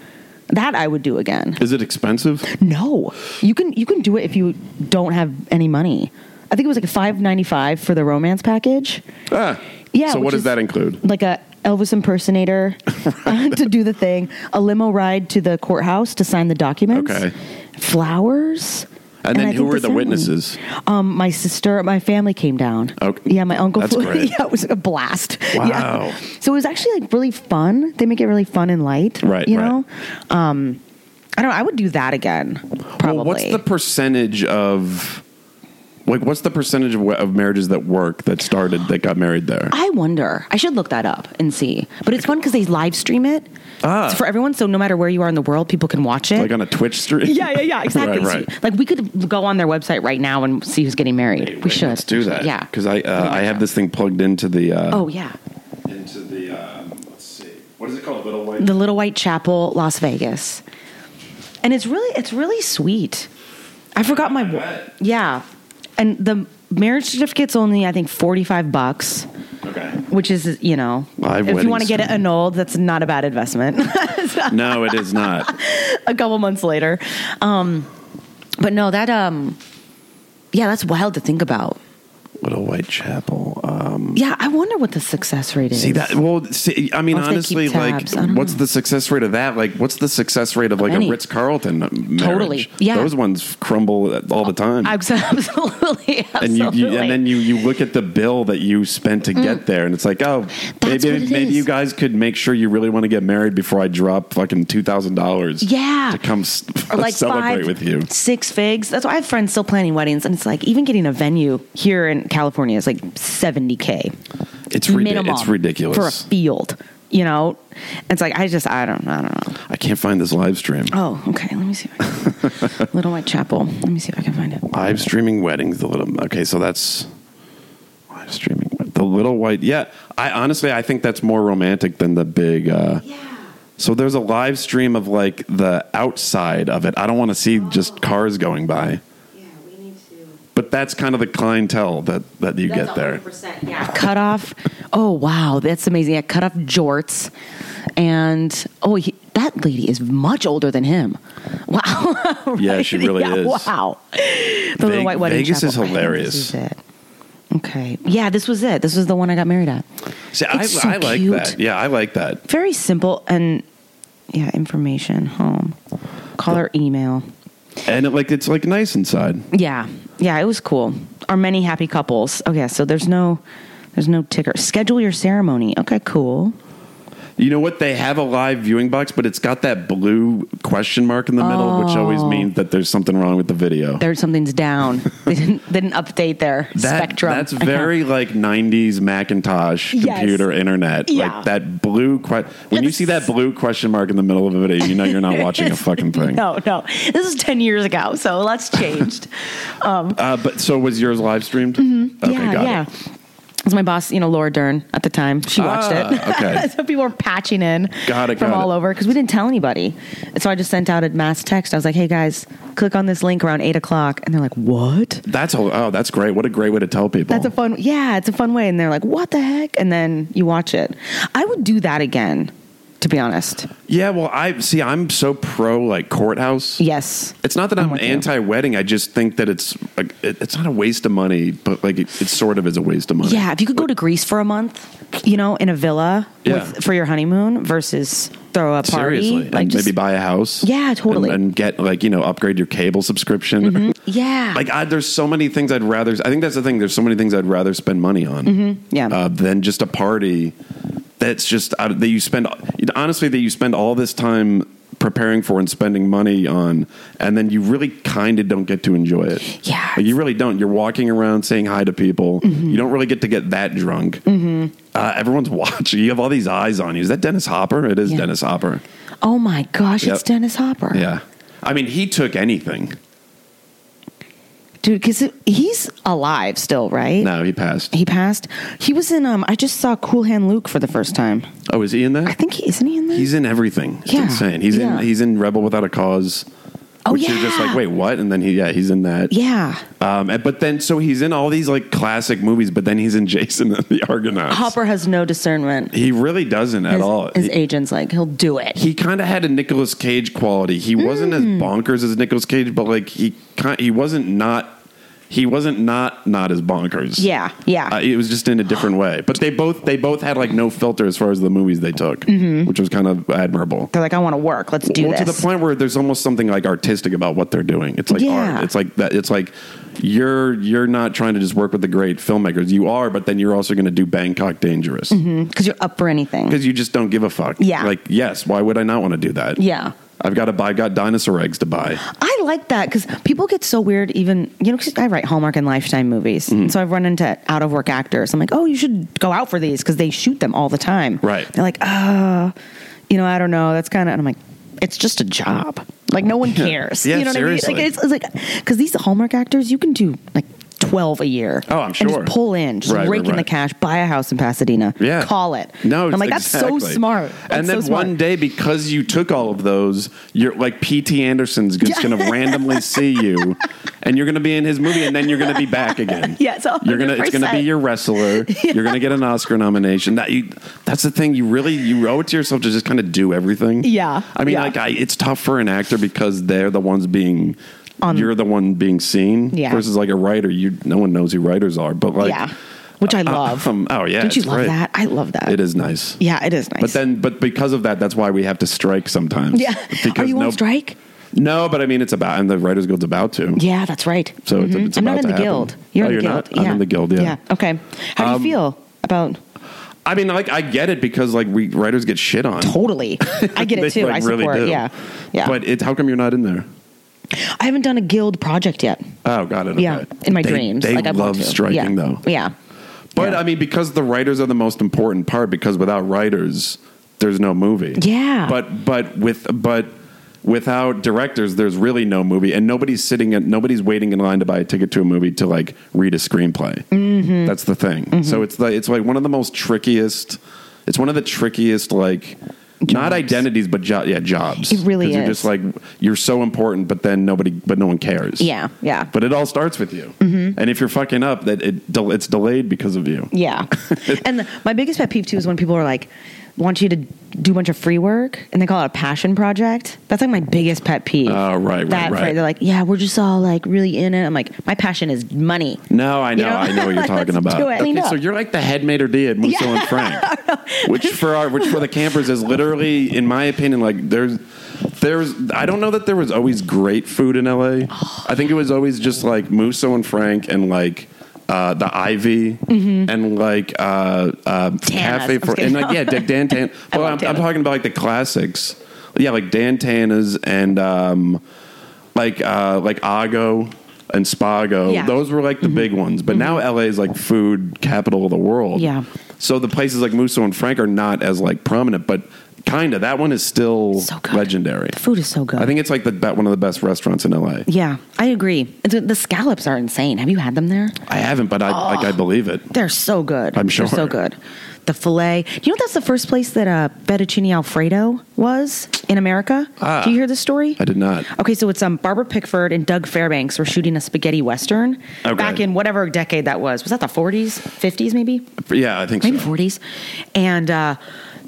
That I would do again.
Is it expensive?
No, you can you can do it if you don't have any money. I think it was like five ninety five for the romance package.
Ah,
Yeah,
So what
which
does
is-
that include?
Like a
<laughs>
Elvis impersonator <laughs> to do the thing, a limo ride to the courthouse to sign the documents,
Okay.
flowers.
And then
I
who
think
were the
ceremony.
witnesses?
Um, my sister, my family came down.
Okay.
Yeah, my uncle.
That's
flew- <laughs>
great.
yeah, it was a blast. <laughs>
Wow.
Yeah. So it was actually like really fun. They make it really fun and light.
Right,
You
right.
know. Um, I don't. know. I would do that again. Probably.
Well, what's the percentage of? Like, what's the percentage of, we- of marriages that work that started that got married there?
I wonder. I should look that up and see. But it's fun because they live stream it
Ah.
It's for everyone. So no matter where you are in the world, people can watch it.
Like on a Twitch stream?
<laughs> yeah, yeah, yeah. Exactly.
<laughs>
So,
right, right.
like we could go on their website right now and see who's getting married. we should
Let's do that.
Yeah.
because I uh, I have this thing plugged into the. Uh,
Oh yeah.
Into the. Um, let's see. What is it called? Little white.
the Little White Chapel, Las Vegas, and it's really it's really sweet. I forgot my
bet.
yeah, and the marriage certificate's only I think forty five bucks,
okay.
which is you know
Live
if
wedding
you want to get it
ceremony.
annulled, that's not a bad investment. <laughs>
No, it is not.
a couple months later, um, but no, that um, yeah, that's wild to think about.
Little White Chapel. um,
Yeah, I wonder what the success rate is.
See that? Well, see, I mean,
Or if they keep
honestly, like,
tabs. I don't
what's
know.
the success rate of that? Like, what's the success rate of like
Any.
a Ritz Carlton marriage?
Totally. Yeah.
those ones crumble all the time.
<laughs> Absolutely, absolutely.
and you, you and then you you look at the bill that you spent to get there, and it's like, oh,
Mm. That's what
maybe
it
maybe
is.
you guys could make sure you really want to get married before I drop fucking two thousand dollars.
Yeah.
to come s- <laughs>
or like
celebrate
five,
with you.
Six figs. That's why I have friends still planning weddings, and it's like even getting a venue here in California is like seventy k.
It's ridiculous.
minimum
It's
for a
ridiculous.
field. You know, it's like I just I don't I don't know.
I can't find this live stream.
Oh, okay. Let me see. If I can, <laughs> Little White Chapel. Let me see if I can find it.
live streaming weddings the little okay so that's live streaming the little white yeah i honestly i think that's more romantic than the big uh so there's a live stream of like the outside of it i don't want to see just cars going by
Yeah, we need to.
but that's kind of the clientele that that you
That's
get there
100%, yeah.
Cut off. Oh wow, that's amazing. I cut off jorts, and oh he, that lady is much older than him. Wow. <laughs>
Yeah, she really
Yeah,
is.
Wow. The little
Ve-
white wedding.
Vegas is
chapel. I think
hilarious.
This is it. Okay. Yeah, this was it. This was the one I got married at.
see I,
It's so
I like
cute.
that yeah i like that
Very simple and yeah, information home. Call or email.
and it, like it's like nice inside.
Yeah. Yeah, it was cool. Our many happy couples. Okay, so there's no there's no ticker. Schedule your ceremony. Okay, cool.
You know what? They have a live viewing box, but it's got that blue question mark in the middle, which always
Oh.
means that there's something wrong with the video.
There
<laughs>
something's down. they didn't they didn't update their
That-
spectrum. <laughs>
That's very like '90s Macintosh
Yes.
computer internet.
Yeah.
Like that blue. Que- when you see that blue question mark in the middle of a video, you know you're
<laughs>
not watching a fucking thing.
No, no. This is 10 years ago, so that's changed.
Uh, but so was yours live streamed? <laughs> Okay,
Mm-hmm. yeah,
got
yeah.
it.
It was my boss, you know, Laura Dern at the time. She watched it.
Ah, okay.
<laughs> so people were patching in
Got it,
from
got
all
it.
over because we didn't tell anybody. And so I just sent out a mass text. I was like, hey guys, click on this link around eight o'clock. And they're like, what?
That's all, oh, that's great. What a great way to tell people.
That's a fun, yeah, it's a fun way. And they're like, what the heck? And then you watch it. I would do that again, to be honest.
yeah. Well, I see. I'm so pro like courthouse.
Yes.
It's not that I'm,
with you.
anti wedding. I just think that it's like, it- it's not a waste of money, but like it, it sort of is a waste of money.
Yeah, if you could go to Greece for a month, you know, in a villa
Yeah.
with, for your honeymoon versus throw a party,
Seriously,
like
and
just,
maybe buy a house.
Yeah,
and-
totally. Mm-hmm.
And, get like you know upgrade your cable subscription.
yeah,
like I, there's so many things I'd rather. I think that's the thing. There's so many things I'd rather spend money on
yeah,
uh, than just a party. That's just uh, that you spend honestly that you spend all this time preparing for and spending money on, and then you really kind of don't get to enjoy it.
Yeah.
Like, you really don't. You're walking around saying hi to people. You don't really get to get that drunk. Uh, everyone's <laughs> watching. You have all these eyes on you. Is that Dennis Hopper? It is
Yeah.
Dennis Hopper.
Oh my gosh, it's
Yep.
Dennis Hopper.
Yeah. I mean, he took anything.
dude, because he's alive still, right?
No, he passed.
He passed. He was in. Um, I just saw Cool Hand Luke for the first time.
Oh, is he in that?
I think he isn't he in there.
He's in everything. It's
Yeah.
insane. He's
Yeah.
in he's in Rebel Without a Cause.
Oh,
which you're just
yeah.
like, wait, what? And then he yeah, he's in that.
yeah,
Um and, but then so he's in all these like classic movies, but then he's in <laughs> Jason and the Argonauts.
Hopper has no discernment.
He really doesn't at
his,
all.
his
he
agent's like, he'll do it.
he kind of had a Nicolas Cage quality. He wasn't
Mm.
as bonkers as Nicolas Cage, but like he kind he wasn't not he wasn't not not as bonkers.
yeah, yeah.
Uh, it was just in a different way. But they both they both had like no filter as far as the movies they took,
Mm-hmm.
which was kind of admirable.
They're like, I want to work. Let's do
well,
this.
to the point where there's almost something like artistic about what they're doing. It's like
Yeah.
art. It's like that. It's like you're you're not trying to just work with the great filmmakers. You are, but then you're also going to do Bangkok Dangerous because
because Mm, you're up for anything.
you just don't give a fuck.
Mm-hmm. Yeah.
Like yes, why would I not want to do that?
Yeah.
I've got to buy. I've got dinosaur eggs to buy.
I like that because people get so weird. Even you know, 'cause I write Hallmark and Lifetime movies,
Mm-hmm.
and so I've run into out of work actors. I'm like, oh, you should go out for these because they shoot them all the time.
Right.
They're like, uh, you know, I don't know. That's kind of. And I'm like, it's just a job. Like no one
<laughs> Yeah.
cares.
Yeah,
you know
seriously.
what I mean? Like, it's, it's like because these Hallmark actors, you can do like. 12 a year.
Oh, I'm
And
sure.
just pull in, just
Right, right,
rake in the
right.
cash, buy a house in Pasadena.
Yeah.
Call it.
No,
I'm like, that's so
exactly.
smart.
and
That's
then
so smart.
one day, because you took all of those, you're like P.T. Anderson's just going
<laughs>
to randomly see you, and you're going to be in his movie, and then you're going to be back again.
<laughs> Yes,
you're gonna. It's going to be
100%.
your
<laughs>
wrestler. You're going to get an Oscar nomination. That you. That's the thing. You really you owe it to yourself to just kind of do everything.
Yeah,
I mean,
yeah.
like, I, it's tough for an actor because they're the ones being. you're the one being seen
Yeah.
versus like a writer. You no one knows who writers are, but like
yeah. Which I
uh,
love.
um, <laughs> oh yeah,
Don't you
it's
love
great.
that? I love that.
It is nice.
Yeah, it is nice.
But then, but because of that, that's why we have to strike sometimes. <laughs>
yeah. <laughs> Are you
no,
on strike?
No, but I mean, it's about, and the Writers Guild's about to.
Yeah, that's right. Mm-hmm.
So it's- it's
I'm not
about
in
to
the
happen.
guild. You're
Oh,
in the
you're
guild.
not? I'm in the guild, yeah. Um,
Okay. How do you feel about?
I mean, like, I get it because, like, we writers get shit on.
Totally. I get
They,
it too.
like,
I support.
Really do.
Yeah. Yeah.
But it's how come you're not in there?
I haven't done a guild project yet.
Oh, got it. Okay.
Yeah. In my
They-
dreams.
They
like I want
love
to.
striking,
yeah.
though.
Yeah.
But
Yeah.
I mean, because the writers are the most important part. Because without writers, there's no movie.
Yeah.
But but with but without directors, there's really no movie, and nobody's sitting in nobody's waiting in line to buy a ticket to a movie to like read a screenplay. Mm-hmm. That's the thing. So it's the it's like one of the most trickiest. It's one of the trickiest like. Not identities, but jo- yeah, jobs.
It really
'Cause You're
is.
just like you're so important, but then nobody, but no one cares.
Yeah. Yeah. Mm-hmm.
But it all starts with you. And if you're fucking up, that it del- it's delayed because of you. <laughs>
Yeah. and the, my biggest pet peeve too is when people are like, want you to do a bunch of free work and they call it a passion project. That's like my biggest pet peeve.
Oh, right, right,
That
right.
phrase, They're like, yeah, we're just all like really in it. I'm like, my passion is money.
No, I know,
You know?
I know what you're talking
<laughs> Let's
about.
do it. Clean up.
so you're like the head maitre d' at
<laughs>
Musil and Frank, which for our which for the campers is literally, in my opinion, like there's there's I don't know that there was always great food in
<sighs>
LA. I think it was always just like Musso and Frank and like uh, the Ivy
Mm-hmm.
and like uh, uh, Cafe
I'm
for
kidding.
and like yeah Dick
<laughs>
Dan Tan.
I
But
love
I'm, I'm
Tana's.
talking about like the classics. Yeah, like Dan Tana's and um, like uh, like Ago and Spago.
Yeah. Mm-hmm.
Those were like the big ones. But now LA is like food capital of the world.
Yeah.
So the places like Musso and Frank are not as like prominent, but kinda that one is still
So good.
legendary.
The food is so good.
I think it's like the be- one of the best restaurants in LA.
Yeah, I agree. The, the scallops are insane. Have you had them there?
I haven't, but I
Oh.
like I believe it.
They're so good.
I'm sure.
They're so good. The filet. Do you know that's the first place that uh, fettuccine alfredo was in America?
Ah.
Do you hear this story?
I did not.
Okay, so it's um, Barbara Pickford and Doug Fairbanks were shooting a spaghetti western
Okay.
back in whatever decade that was. Was that the 40s, 50s, maybe?
Yeah, I think
maybe
so.
40s and uh,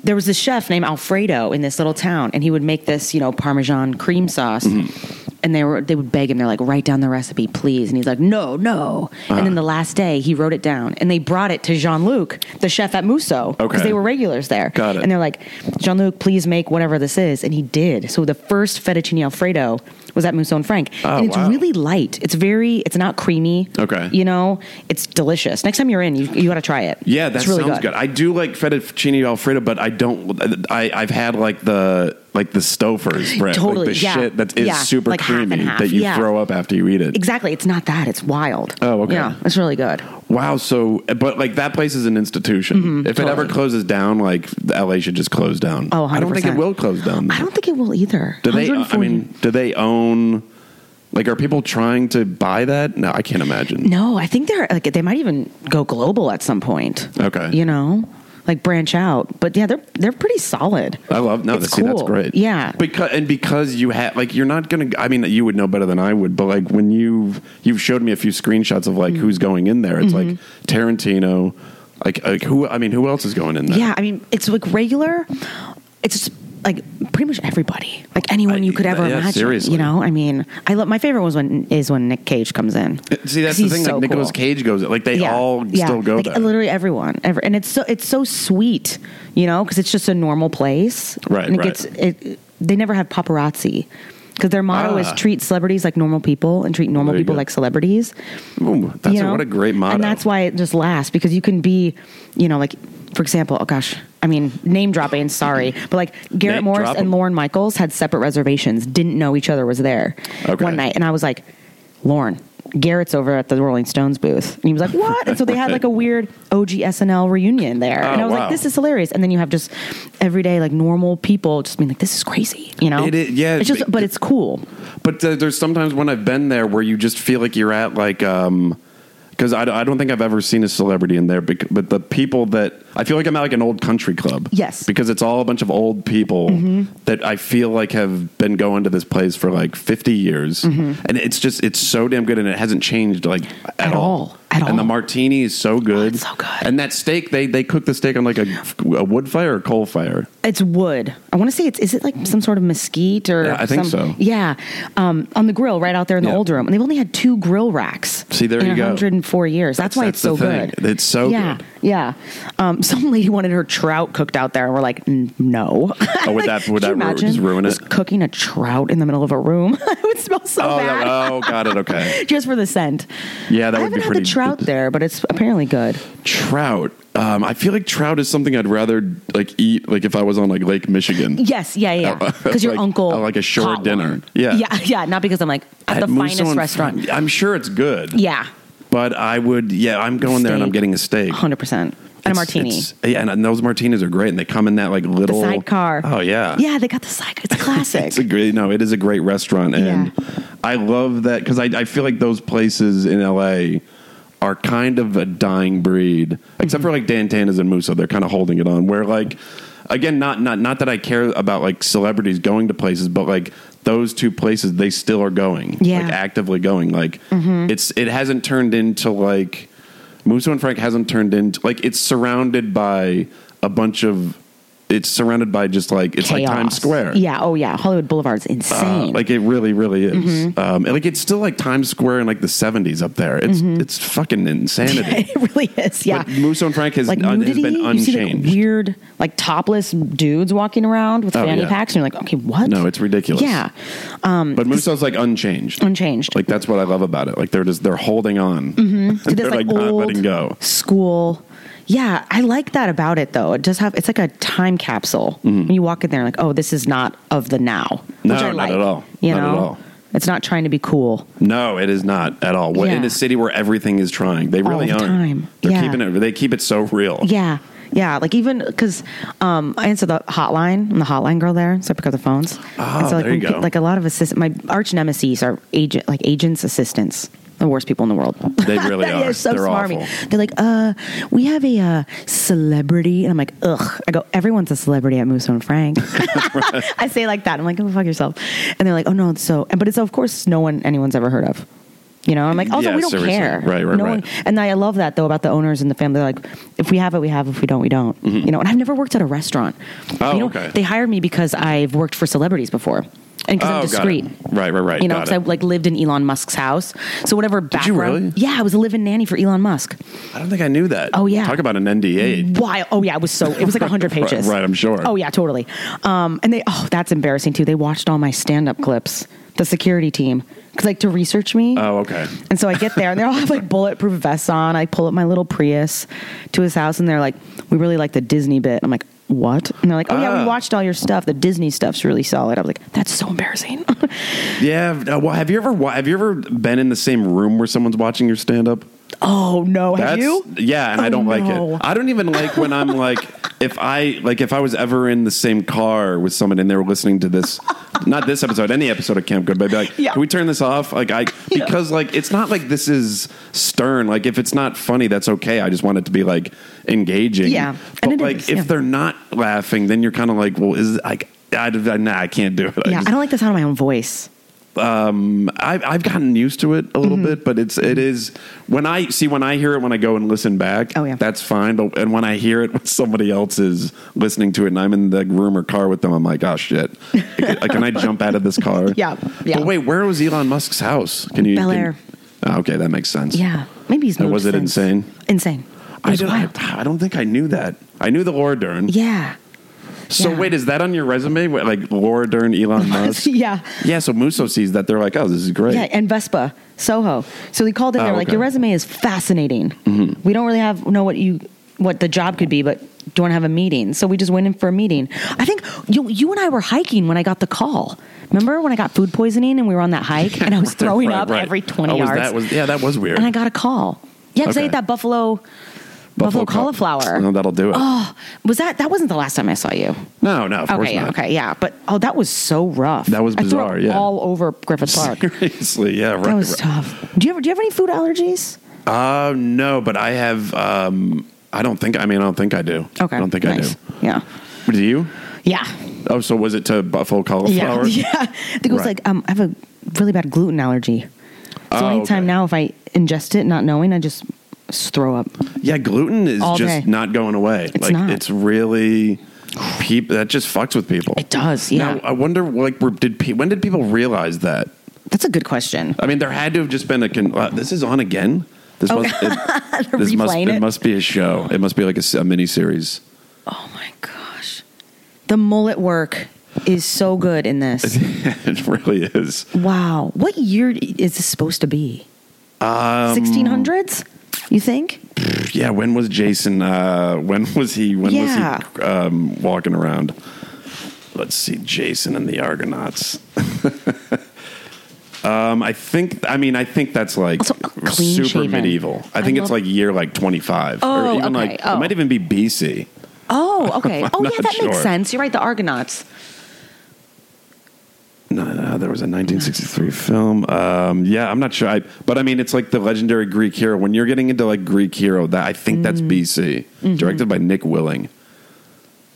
there was this chef named alfredo in this little town and he would make this you know parmesan cream sauce
Mm-hmm.
and they were they would beg him they're like write down the recipe please and he's like no no and
Uh-huh.
then the last day he wrote it down and they brought it to jean-luc the chef at musso because
Okay.
they were regulars there
Got it.
and they're like jean-luc please make whatever this is and he did so the first fettuccine alfredo was at musso and frank
Oh,
and it's
wow.
really light it's very it's not creamy
Okay.
you know it's delicious next time you're in you, you got to try it
Yeah, that
It's really
sounds good. I do like fettuccine alfredo, but I don't. I I've had like the like the Stouffer's bread,
Totally,
like the
yeah.
shit that is
Yeah,
super
like half and
creamy
half,
that you
yeah.
throw up after you eat it.
Exactly. It's not that. It's wild.
Oh, okay.
Yeah, it's really good.
Wow. So, but like that place is an institution. if it ever
Mm-hmm, totally.
closes down, like LA should just close down.
Oh,
I don't think it
100%.
will close down.
I don't think it will either.
do they? uh, I
140
mean, do they own? Like, are people trying to buy that? No, I can't imagine.
no, I think they're like they might even go global at some point.
Okay.
You know, like branch out. But yeah, they're they're pretty solid.
I love no.
It's
see, that's
cool.
great.
Yeah.
because and because you had like you're not gonna. I mean, you would know better than I would, but like when you you've showed me a few screenshots of like
Mm-hmm.
who's going in there, it's like Tarantino, like like who? I mean, who else is going in there?
Yeah, I mean, it's like regular. It's like pretty much everybody, like anyone you could ever
Yeah,
imagine.
seriously.
You know, I mean, I love my favorite was when is when Nick Cage comes in.
See,
'Cause
that's the
he's
thing.
so
like Nicolas
cool.
Cage goes, like they all still go
like,
there.
Literally everyone, ever, and it's so it's so sweet, you know, because it's just a normal place,
Right,
And it
right.
gets it. They never have paparazzi because their motto is
Ah.
treat celebrities like normal people and treat normal
There you
people
go.
like celebrities.
Ooh, that's
you know?
what a great motto.
and that's why it just lasts because you can be, you know, like for example, oh gosh. I mean, name
<laughs>
dropping, sorry. But like Garrett
Name
Morris
drop 'em.
and Lauren Michaels had separate reservations, didn't know each other was there
Okay.
one night. And I was like, Lauren, Garrett's over at the Rolling Stones booth. And he
<laughs>
was like, What? And so they had like a weird OG SNL reunion there. and
Oh,
I was
wow.
like, This is hilarious. And then you have just everyday, like normal people just being like, This is crazy, you know?
It is- yeah,
It's just,
but-
but it's cool.
But uh, there's sometimes when I've been there where you just feel like you're at like um because I, I don't think I've ever seen a celebrity in there, bec- but the people that I feel like I'm at like an old country club.
Yes. Mm-hmm.
because it's all a bunch of old people that I feel like have been going to this place for like 50 years, and it's just it's so damn good, and it hasn't changed like at,
Mm-hmm. At all. At
And the
all. Oh,
martini is so good,
it's so good.
And that steak they they cook the steak on like a, a wood fire or coal fire.
It's wood. I want to say it's is it like some sort of mesquite or
Yeah, I think
some-
so.
Yeah, um, on the grill right out there in the
Yeah.
old room, and they've only had two grill racks.
See, there
in
you go.
104 years. That's,
That's-
why
that's
it's
the
so
thing.
good.
It's so
yeah,
good.
yeah. Um, <laughs> some lady wanted her trout cooked out there, and we're like, "N- no.
Oh,
<laughs>
would
Like,
that would
could you
that ru-
imagine
just ruin it?
Just cooking a trout in the middle of a room, <laughs> it would smell so
Oh,
bad.
that- oh, got it.
<laughs>
Okay.
Just for the scent.
Yeah, that
I
would be
haven't had
pretty-
the trout there, but it's apparently good.
trout um, i feel like trout is something i'd rather like eat like if i was on like lake michigan
Yes, yeah, yeah.
Uh,
Because
<laughs>
your
like-
uncle
uh, like a shore
caught
dinner.
one.
Yeah.
yeah, <laughs> yeah. Not because I'm like at, the
Moose
finest
on-
restaurant.
i'm sure it's good
Yeah,
but i would yeah i'm going there and i'm
Steak.
getting a steak
hundred percent. And a
It's-
martini.
it's- yeah and, and those martinis are great and they come in that like
The
little
sidecar.
oh yeah
Yeah, they got the sidecar. It's a
<laughs>
classic.
it's a great no it is a great restaurant and
Yeah.
i love that because I, I feel like those places in la are kind of a dying breed except for like dan tanas and musa they're kind of holding it on where like again not not not that i care about like celebrities going to places but like those two places they still are going
Yeah. Mm-hmm.
like actively going like it's it hasn't turned into like Musso and Frank hasn't turned into like it's surrounded by a bunch of it's surrounded by just like it's like
Chaos.
Times Square.
Yeah. Oh yeah. Hollywood Boulevard's insane. Mm-hmm.
Uh, like it really, really is. Um, and like it's still like Times Square in like the seventies up there. It's it's fucking insanity.
<laughs> it really is. Mm-hmm. <laughs> Yeah.
But Musso and Frank has,
like
un- has
nudity,
been
you see the
unchanged.
weird, like topless dudes walking around with
Oh,
fanny
yeah.
packs, and you're like, okay, what?
No, it's ridiculous.
Yeah,
but Musso's like unchanged.
unchanged.
Like that's what I love about it. Like they're just they're holding on. <laughs>
Dude,
they're
that's,
like, not letting go.
School. Yeah, I like that about it though. It does have it's like a time capsule. When you walk in there, like, oh, this is not of the now.
Mm-hmm. No,
which I
not
like,
at all.
You
Not
know,
at all.
it's not trying to be cool.
No, it is not at all. What, In
Yeah.
a city where everything is trying, they
All
really
the
aren't.
time.
They're
Yeah.
keeping it. They keep it so real.
Yeah, yeah. Like even because um, I answer the hotline. I'm the hotline girl there, so I pick up the phones.
Oh,
And so, like,
there you
when pe-
go.
Like a lot of assist. My arch nemesis are agent, like agents, assistants. The worst people in the world.
They
<laughs>
really are.
They're so
They're
smarmy.
awful.
They're like, uh, we have a uh, celebrity, and I'm like, ugh. I go, everyone's a celebrity at Musso and
<laughs>
Frank. <laughs> I say it like that. I'm like, go fuck yourself. And they're like, oh no, it's so. But it's of course no one anyone's ever heard of. You know, I'm like, also
Yeah,
we don't
seriously.
care.
Right, right,
no
right.
One, and I love that though about the owners and the family. Like, if we have it, we have. If we don't, we don't. You know. And I've never worked at a restaurant.
Mm-hmm. Oh,
you know,
okay.
They hired me because I've worked for celebrities before, and because
Oh,
I'm
got it.
discreet.
Right, right, right.
You know,
Got
because I
it.
like lived in Elon Musk's house. So whatever
you
background.
really?
Yeah, I was a live-in nanny for Elon Musk.
I don't think I knew that.
Oh, yeah.
Talk about an NDA.
Why? Oh yeah, it was so. It was like hundred
<laughs> Right,
pages.
right, I'm sure.
Oh yeah, totally. Um, and they. Oh, that's embarrassing too. They watched all my stand-up clips. The security team, because like to research me.
Oh, okay.
And so I get there and they all have like bulletproof vests on. I pull up my little Prius to his house and they're like, we really like the Disney bit. I'm like, what? And they're like, oh, yeah,
Ah.
we watched all your stuff. The Disney stuff's really solid. I was like, that's so embarrassing. <laughs>
Yeah. uh, Well, have you ever wa- have you ever been in the same room where someone's watching your stand up?
oh, no. Have
That's
you?
yeah, and I
Oh,
don't like
no.
it. I don't even like when I'm
<laughs>
like if I like if I was ever in the same car with someone and they were listening to this, not this episode, any episode of Camp Good, but I'd be like,
Yeah.
can we turn this off? Like I because like it's not like this is stern. Like if it's not funny, that's okay. I just want it to be like engaging.
Yeah,
but
and it
like
is,
if
yeah.
they're not laughing, then you're kind of like, well, is like. I, I, nah, I can't do it. I
Yeah,
just-
I don't like the sound of my own voice.
I've, I've gotten used to it a
Mm-hmm.
little bit, but it's it is when I see when I hear it when I go and listen back.
Oh, yeah.
that's fine. But and when I hear it when somebody else is listening to it and I'm in the room or car with them, I'm like, oh shit, Like, can I jump out of this car?
<laughs> Yeah, yeah.
But wait, where was Elon Musk's house? Can you
Bel
can-
Air.
Ah, okay, that makes sense.
Yeah. Maybe he's
And
moved
was it
since.
insane?
Insane. It
I
was
don't, I,
wild.
I don't think I knew that. I knew the Laura Dern.
Yeah.
so
yeah.
wait, is that on your resume? What, Like Laura Dern,
<laughs>
Elon Musk.
yeah.
Yeah, so Musso sees that they're like, oh, this is great.
Yeah, and Vespa, Soho. So he called in.
Oh,
They're like,
okay. Mm-hmm.
"Your resume is fascinating. We don't really have know what you what the job could be, but do you want to have a meeting?" So we just went in for a meeting. I think you you and I were hiking when I got the call. Remember when I got food poisoning and we were
<laughs>
on that hike and I was throwing
Right,
up
right.
every twenty
Oh, was
yards,
That was, yeah, that was weird.
and I got a call. Yeah, because
Okay.
I ate that buffalo
Buffalo
buffalo,
cau-
cauliflower.
No, that'll do it.
Oh, was that that wasn't the last time I saw you?
no, no, of course
Okay, yeah,
not.
okay, yeah, but oh, that was so rough.
That was
I threw
bizarre,
up
yeah.
all over
<laughs>
Griffith Park.
Seriously, yeah, right.
That was
right.
tough. Do you ever do you have any food allergies?
Uh, no, but I have. Um, I don't think. I mean, I don't think I do. I don't think
nice.
I
Yeah.
do. Do you?
Yeah.
Oh, so was it to buffalo
<laughs> Yeah.
cauliflower?
Yeah. I think it was
Right.
like um, I have a really bad gluten allergy. So
Oh,
anytime
okay.
now, if I ingest it not knowing, I just s- throw up.
Yeah, gluten is
All
just
day.
not going away.
It's
like
not.
it's really peop that just fucks with people.
It does. Yeah.
Now, I wonder like were- did pe- when did people realize that?
That's a good question.
I mean, there had to have just been a. Con- uh, this is on again. This
Oh,
must.
<laughs>
It, this must.
Replaying
It.
it?
must be a show. It must be like a, s- a mini series.
Oh my gosh. The mullet work is so good in this.
<laughs> it really is.
wow. What year is this supposed to be?
Um,
1600s? You think?
yeah. When was Jason? Uh, when was he? When
Yeah.
was he um, walking around? Let's see, Jason and the Argonauts. <laughs> um, I think. I mean, I think that's like
Also, clean
super
shaven.
medieval. I think
I
it's
love-
like year like twenty five, or
Oh,
even
okay.
like it
Oh.
might even be BC. <laughs>
Oh, okay. Oh, yeah,
not
that makes
sure.
sense. You're right. The Argonauts.
No, no, there was a 1963 film. Um, yeah, I'm not sure. I, but I mean, it's like the legendary Greek hero. When you're getting into like Greek hero, that I think that's
Mm.
BC,
Mm-hmm.
directed by Nick Willing.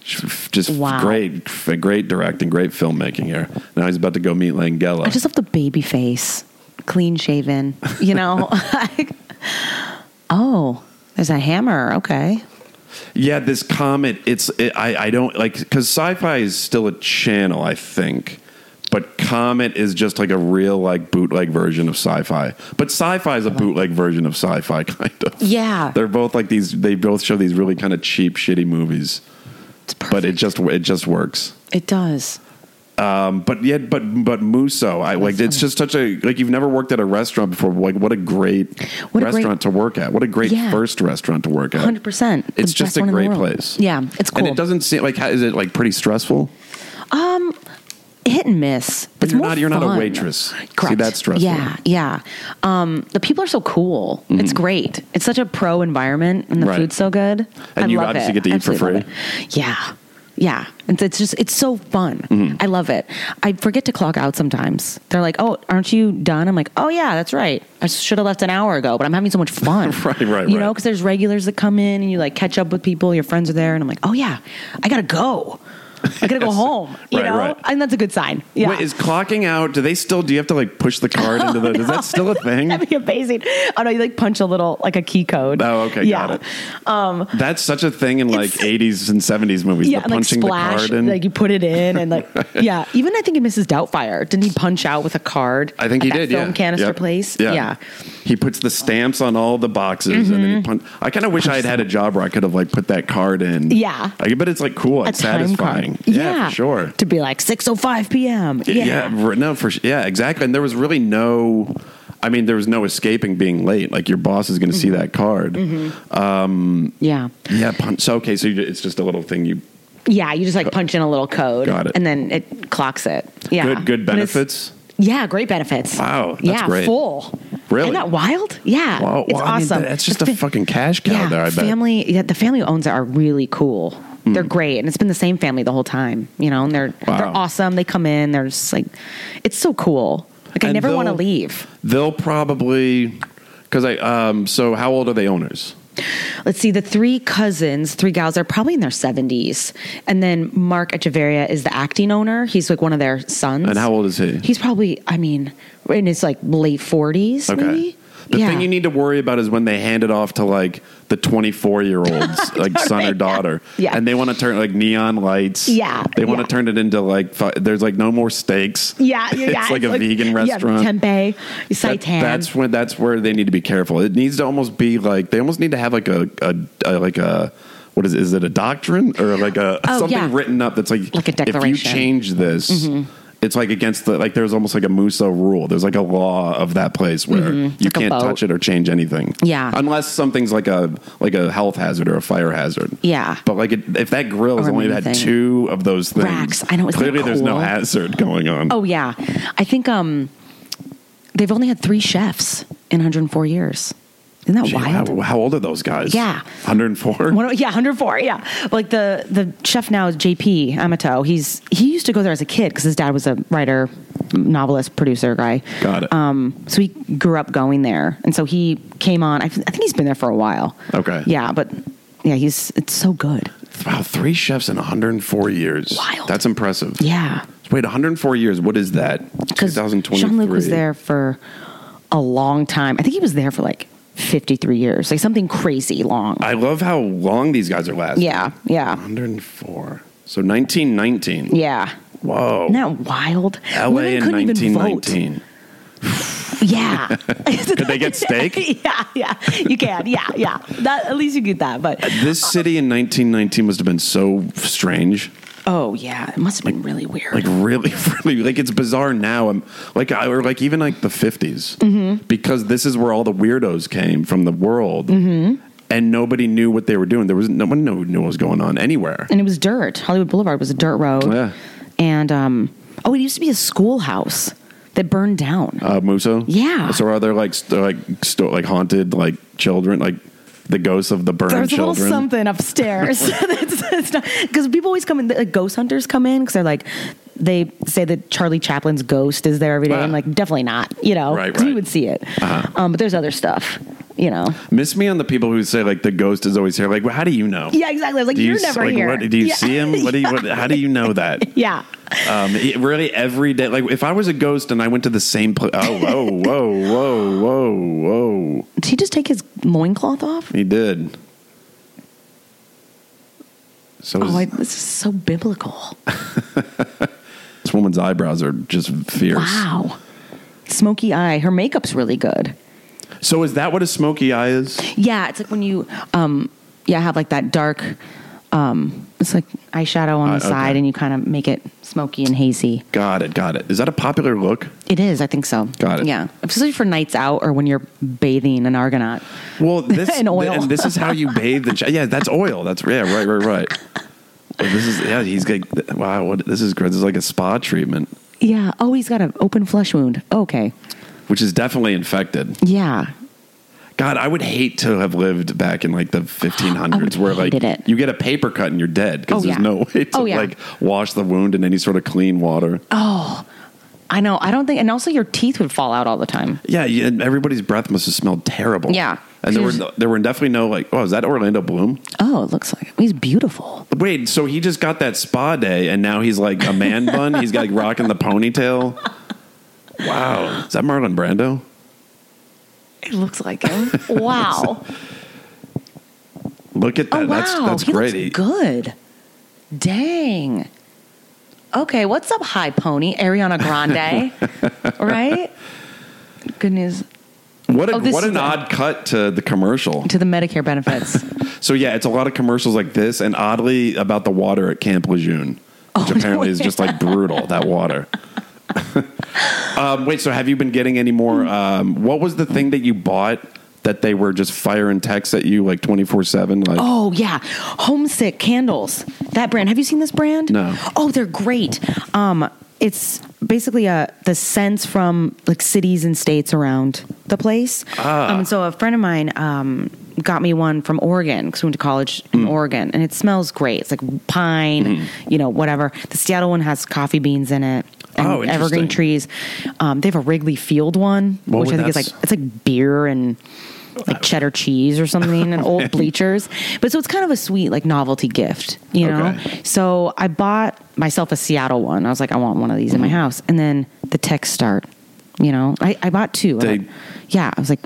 Just
Wow.
great, great directing, great filmmaking here. Now he's about to go meet Langella.
I just love the baby face, clean shaven.
<laughs>
<laughs> You know, like, oh, there's a hammer. Okay,
yeah, this comet. It's it, I I don't like because sci-fi is still a channel, I think, but comet is just like a real like bootleg version of sci-fi. But sci-fi is a bootleg version of sci-fi, <laughs> kind of.
Yeah.
they're both like these. They both show these really kind of cheap, shitty movies,
It's perfect.
but it just it just works.
it does.
Um, but yet, but but Muso, I like. It's just such a like you've never worked at a restaurant before. Like, what a great
What a great-
restaurant to work at. What a great
Yeah.
first restaurant to work at.
Hundred percent.
It's just a great place.
Yeah, it's cool.
And it doesn't seem like how, is it like pretty stressful?
Um, hit and miss.
But
it's
you're
more
not- you're not a
fun.
waitress.
Correct.
See, that's stressful.
Yeah, yeah. Um, the people are so cool. It's great. It's such a pro environment, and the
Mm-hmm. Right.
food's so good.
And
I
you
love
obviously
it.
get to eat for
Absolutely love
free.
it. Yeah, yeah. It's, it's just it's so fun.
Mm-hmm.
I love it. I forget to clock out sometimes. They're like, "Oh, aren't you done?" I'm like, "Oh yeah, that's right. I should have left an hour ago, but I'm having so much fun."
<laughs> Right, right,
You
right.
know, because there's regulars that come in and you like catch up with people. Your friends are there, and I'm like, "Oh yeah, I gotta go."
<laughs>
I gotta go home, you
Right,
know,
right.
and that's a good sign. Yeah,
Wait, is clocking out? Do they still? Do you have to like push the card into
<laughs>
the? Is that still a thing?
That'd be amazing. Oh no, you like punch a little like a key code.
Oh, okay,
yeah.
got it. That's such a thing in like '80s and '70s movies.
Yeah,
the
and like
punching the
splash,
card in.
like you put it in, and
<laughs>
like yeah. Even I think in Mrs. Doubtfire, didn't he punch out with a card?
I think
at
he
that
did.
Film
yeah.
canister
Yeah.
place.
Yeah. He puts the stamps on all the boxes, and
Mm-hmm.
then he punch. I kind of wish I had had a job where I could have like put that card in.
Yeah.
I bet it's like cool.
a
It's
time card.
satisfying. Yeah, for sure.
To be like six oh five p.m. Yeah.
r- no, for s- yeah, exactly. And there was really no. I mean, there was no escaping being late. Like your boss is going to
Mm-hmm.
see that card.
yeah,
Yeah. Punch. So okay. So you, it's just a little thing. You
Yeah, You just like punch in a little code,
Got it.
and then it clocks it. Yeah,
good good
But it's-
benefits.
Yeah, great benefits.
Wow, that's
yeah,
great.
full.
Really?
Isn't that wild? Yeah,
Wow,
it's
wow, I mean,
awesome.
that's just
The
a
fa-
fucking cash cow there. I bet. Hmm.
Family, yeah, the family who owns it are really cool. They're great, and it's been the same family the whole time. You know, and they're
Wow.
they're awesome. They come in, they're just like, it's so cool. Like I
And
never want to
they'll-
leave.
They'll probably because I um. So how old are they owners?
Let's see, the three cousins, three gals, are probably in their seventies, and then Mark Echeverria is the acting owner. He's like one of their sons.
And how old is he?
He's probably, I mean, in his like late forties, maybe.
The
yeah.
thing you need to worry about is when they hand it off to like the 24 year
<laughs>
olds, like son or daughter.
Yeah.
And they want to turn like neon lights.
Yeah,
They want to
yeah.
turn it into like, fu- there's like no more steaks.
Yeah, yeah,
<laughs>
yeah.
It's like a vegan restaurant.
Yeah, tempeh,
That-
seitan.
that's when that's where they need to be careful. It needs to almost be like they almost need to have like a, a, a like a what is it, is it a doctrine or like a
Oh,
something
yeah.
written up that's like
Like a
If you
declaration. Mm-hmm.
change this, it's like against the like there's almost like a Musa rule. There's like a law of that place where you
Mm-hmm. Like a
can't
vote.
touch it or change anything.
Yeah.
unless something's like a like a health hazard or a fire hazard.
Yeah.
but like it, if that grill has
Or a
only
main
had
thing.
two of those things,
Racks. I know, isn't that
clearly there's no
cool?
hazard going on.
oh yeah, I think um, they've only had three chefs in 104 years. Isn't that
Gee,
wild?
How, how old are those guys?
Yeah.
104?
One, yeah, 104. Yeah, like the the chef now is JP Amato. He's he used to go there as a kid because his dad was a writer, novelist, producer guy.
Got it.
Um, so he grew up going there, and so he came on. I, f- I think he's been there for a while.
Okay.
Yeah, but yeah, he's it's so good.
Wow, three chefs in 104 years.
Wild.
That's impressive.
Yeah,
Wait, 104 years. What is that?
because
2023.
Jean Luc was there for a long time. I think he was there for like 53 years, like something crazy long.
I love how long these guys are lasting.
yeah, yeah,
104. So 1919.
yeah.
Whoa.
Isn't that wild?
LA
Women
in
couldn't even vote.
1919. <laughs>
Yeah. <laughs>
Could they get steak?
yeah, yeah. You can. Yeah, yeah. That, at least you get that. But
This city in 1919 must have been so strange.
oh yeah, it must have been really weird.
like really <laughs> really like it's bizarre now i like I, or like even like the 50s
Mm-hmm.
because this is where all the weirdos came from the world
Mm-hmm.
and nobody knew what they were doing there was no one knew, knew what was going on anywhere
and it was dirt. Hollywood Boulevard was a dirt road.
Yeah.
And um, oh, it used to be a schoolhouse that burned down.
uh muso
Yeah.
so are there like st- like sto- like haunted like children like the ghosts of the burned
There's a little
children <laughs>
something upstairs. <laughs> Because people always come in, like ghost hunters come in because they're like, they say that Charlie Chaplin's ghost is there every day. I'm
Ah.
like, definitely not, you know,
Right,
'cause
right.
we
Uh-huh.
would see it. Um, but there's other stuff, you know.
miss me on the people who say like the ghost is always here like well, how do you know
Yeah, exactly. I was like,
do
you, are
s-
never
like,
here.
What, do you
Yeah.
see him? What do you? What, how do you know that?
<laughs> yeah.
Um, it really, every day. Like, if I was a ghost and I went to the same place. Oh, whoa, whoa, whoa, whoa, whoa.
Did he just take his loincloth off?
He did. So is,
Oh, I, this is so biblical.
this woman's eyebrows are just fierce.
Wow. Smoky eye. Her makeup's really good.
So is that what a smoky eye is?
Yeah, it's like when you um yeah, have like that dark um it's like eyeshadow on
Uh,
the
okay.
side and you kind of make it smoky and hazy.
Got it. Got it. Is that a popular look?
It is, I think so.
Got it.
Yeah. Especially for nights out or when you're bathing in Argonaut. <laughs>
Well, this
And oil.
and this is how you bathe the. Ch- yeah, that's oil. That's yeah. Right. Right. Right. Well, this is yeah. He's like wow. What this is great. This is like a spa treatment,
Yeah. Oh, he's got an open flesh wound. Okay.
which is definitely infected.
Yeah.
God, I would hate to have lived back in
<gasps>
like the 1500s, where like
hated it.
you get a paper cut and you're dead because
Oh,
there's
yeah.
no way to
Oh, yeah. Oh.
like wash the wound in any sort of clean water.
I know. I don't think and also your teeth would fall out all the time.
Yeah, yeah, and everybody's breath must have smelled terrible.
Yeah.
and there were no- there were definitely no like, oh, is that Orlando Bloom?
Oh, it looks like he's beautiful.
Wait, so he just got that spa day, and now he's like a
<laughs>
man bun. He's got like rocking the ponytail. Wow, is that Marlon Brando?
It looks like him. <laughs> Wow.
Look at that.
Oh wow,
That's that's
he
great.
looks good. Dang. Okay, what's up, High Pony?
<laughs>
Ariana Grande, right? Good news
What a,
Oh, this
what
is
an
the-
odd cut to the commercial.
to the Medicare benefits.
So yeah, it's a lot of commercials like this, and oddly about the water at Camp Lejeune,
Oh,
which apparently is just like brutal. That
<laughs>
water. um, wait, so have you been getting any more?
Hmm.
Um, what was the thing that you bought that they were just firing texts at you like twenty four seven? Like,
Oh yeah, Homesick candles. That brand. Have you seen this brand?
No.
Oh, they're great. Um, it's basically uh the scents from like cities and states around the place. Ah. Um, and so a friend of mine um got me one from Oregon because we went to college in
Mm.
Oregon, and it smells great. It's like pine, you know, whatever. The Seattle one has coffee beans in it. And
Oh, interesting.
evergreen trees. Um, they have a Wrigley Field one,
What
which
would
I think is
that's-
like it's like beer and like cheddar cheese or something and old bleachers. But so it's kind of a sweet like novelty gift, you know.
Okay.
So I bought myself a Seattle one. I was like, I want one of these in
Mm-hmm.
my house. And then the text start, you know, I, I bought two. I'm
They-
like, yeah, I was like,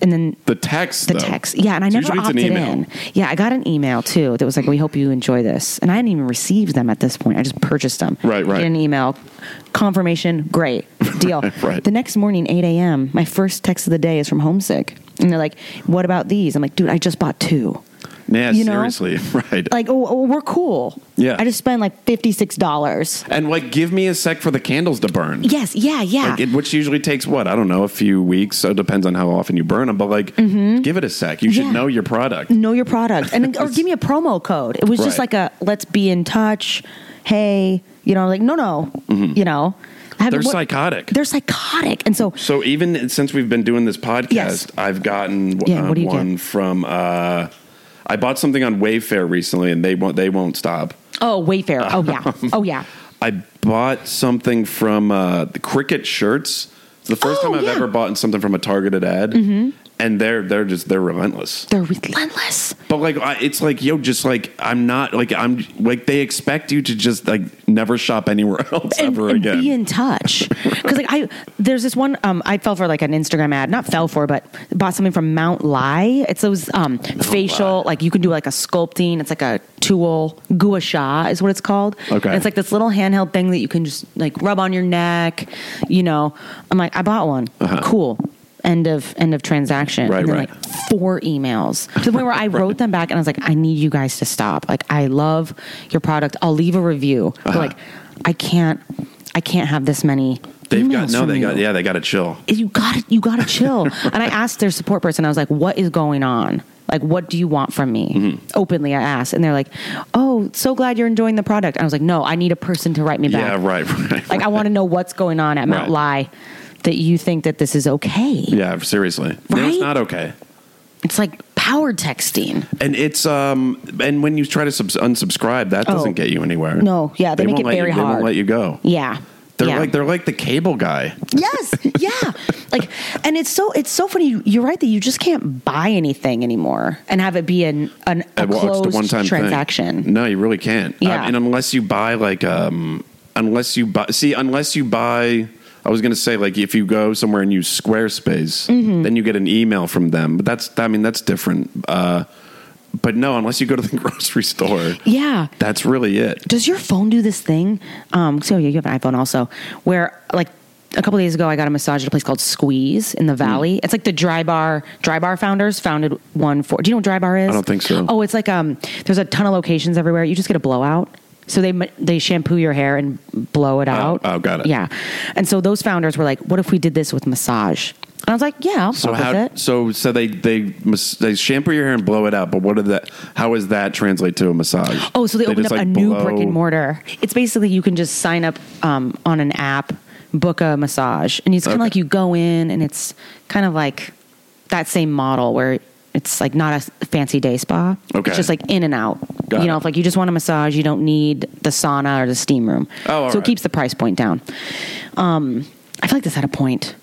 and then
the text.
the
though.
text, yeah, and I
So
never
usually it's an
opted
email.
in. Yeah, I got an email too that was like, we hope you enjoy this, and I hadn't even received them at this point. I just purchased them.
Right, right.
Get an email confirmation. Great deal.
<laughs> Right.
The next morning, 8 a.m., my first text of the day is from Homesick. And they're like, what about these? I'm like, dude, I just bought two.
Yeah,
you know?
seriously, <laughs> right?
Like, oh, oh, we're cool.
Yeah.
I just spent like $56.
and like, give me a sec for the candles to burn.
Yes, yeah, yeah.
Like it, which usually takes what I don't know a few weeks. So it depends on how often you burn them. But like, give it a sec. You should
Mm-hmm. Yeah.
know your product.
know your product and
<laughs>
or give me a promo code. It was just
Right.
like a let's be in touch. Hey, you know, like no, no, you know, I haven't-
Mm-hmm. They're psychotic.
They're psychotic, and so
So even since we've been doing this podcast,
Yes.
I've gotten
Yeah,
uh,
what do you get?
one from. Uh, I bought something on Wayfair recently, and they won't. They won't stop.
oh Wayfair, oh yeah,
<laughs>
oh yeah,
I bought something from uh, the Cricket shirts. It's the first
Oh,
time I've
yeah. Mm-hmm.
ever bought something from a targeted ad, and they're they're just they're relentless.
they're relentless.
But like, I, it's like yo, just like I'm not like I'm like they expect you to just like never shop anywhere <laughs> else
and,
ever
and
again.
be
<laughs>
in touch because like I there's this one um I fell for like an Instagram ad not fell for but bought something from Mount Lai it's those um facial
Lai.
like you can do like a sculpting it's like a tool gua sha is what it's called
Okay.
And it's like this little handheld thing that you can just like rub on your neck you know I'm like I bought one cool end of end of transaction
Uh-huh. Right,
and then,
right.
like four emails to the point
<laughs>
where I wrote them back and I was like, I need you guys to stop. Like, I love your product. I'll leave a review.
Uh-huh.
But like, I can't, I can't have this many.
They've
emails
got no,
from
they
you.
got yeah, they got to chill.
You got to You got to chill. <laughs> and I asked their support person. I was like, What is going on? Like, what do you want from me?
Mm-hmm.
Openly, I asked, and they're like, "Oh, so glad you're enjoying the product." I was like, "No, I need a person to write me back.
Yeah, right, <laughs> right.
Like, I want to know what's going on at Mount Lai that you think that this is okay.
yeah, seriously. No, it's
Right?
not okay.
It's like power texting."
And it's um and when you try to subs- unsubscribe, that
Oh.
doesn't get you anywhere.
No, yeah, they make
won't
it
let
very
you, They won't
hard.
let you go.
Yeah.
They're
yeah.
like they're <laughs> like the cable guy.
yes, yeah. Like, and it's so it's so funny. You- You're right that you just can't buy anything anymore and have it be an an a
Uh, well,
closed
one-time thing.
transaction.
No, you really can't.
Yeah.
I mean, unless you buy like um unless you buy see unless you buy. I was gonna say like if you go somewhere and
Mm-hmm.
use Squarespace, then you get an email from them. But that's I mean that's different. Uh, but no, unless you go to the <laughs> grocery store,
Yeah.
that's really it.
Does your phone do this thing? Um, so yeah, you have an iPhone also, where like a couple days ago, I got a massage at a place called Squeeze in the
Hmm.
Valley. It's like the Dry Bar. Dry Bar founders founded one for. Do you know what Dry Bar is?
I don't think so.
Oh, it's like um, there's a ton of locations everywhere. You just get a blowout. So they ma- they shampoo your hair and blow it out.
oh, got it.
Yeah, and so those founders were like, "What if we did this with massage?" And I was like, "Yeah, I'll
So
fuck with
how?
it."
So so they they mas- they shampoo your hair and blow it out. But what did that? How does that translate to a massage?
Oh, so they, opened up
just,
a
like,
new
blow-
brick and mortar. It's basically you can just sign up um, on an app, book a massage, and it's kind of
Okay.
like you go in, and it's kind of like that same model where it's like not a s- fancy day spa.
Okay.
It's just like in and out.
Got
you know,
it.
if like you just want a massage, you don't need the sauna or the steam room.
Oh, all
so
right.
it keeps the price point down. Um, I feel like this had a point,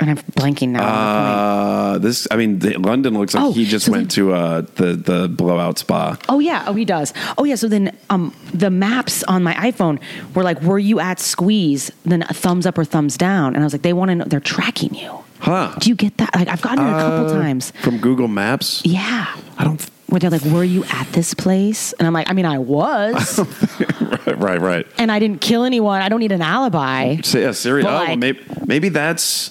and I'm blanking now. on the point.
Uh, this, I mean, the, London looks like
Oh,
he just
so
went to uh, the the blowout spa.
Oh yeah, oh he does. Oh yeah, so then um the maps on my iPhone were like, were you at squeeze? Then a thumbs up or thumbs down, and I was like, they want to know they're tracking you.
Huh.
Do you get that? Like I've gotten it a couple
Uh,
times.
from Google Maps.
Yeah.
I don't.
Where they're like, were you at this place? And I'm like, I mean, I was,
Right, <laughs> right, right.
and I didn't kill anyone. I don't need an alibi.
So, yeah, Siri.
But,
Oh,
like-
maybe, maybe that's.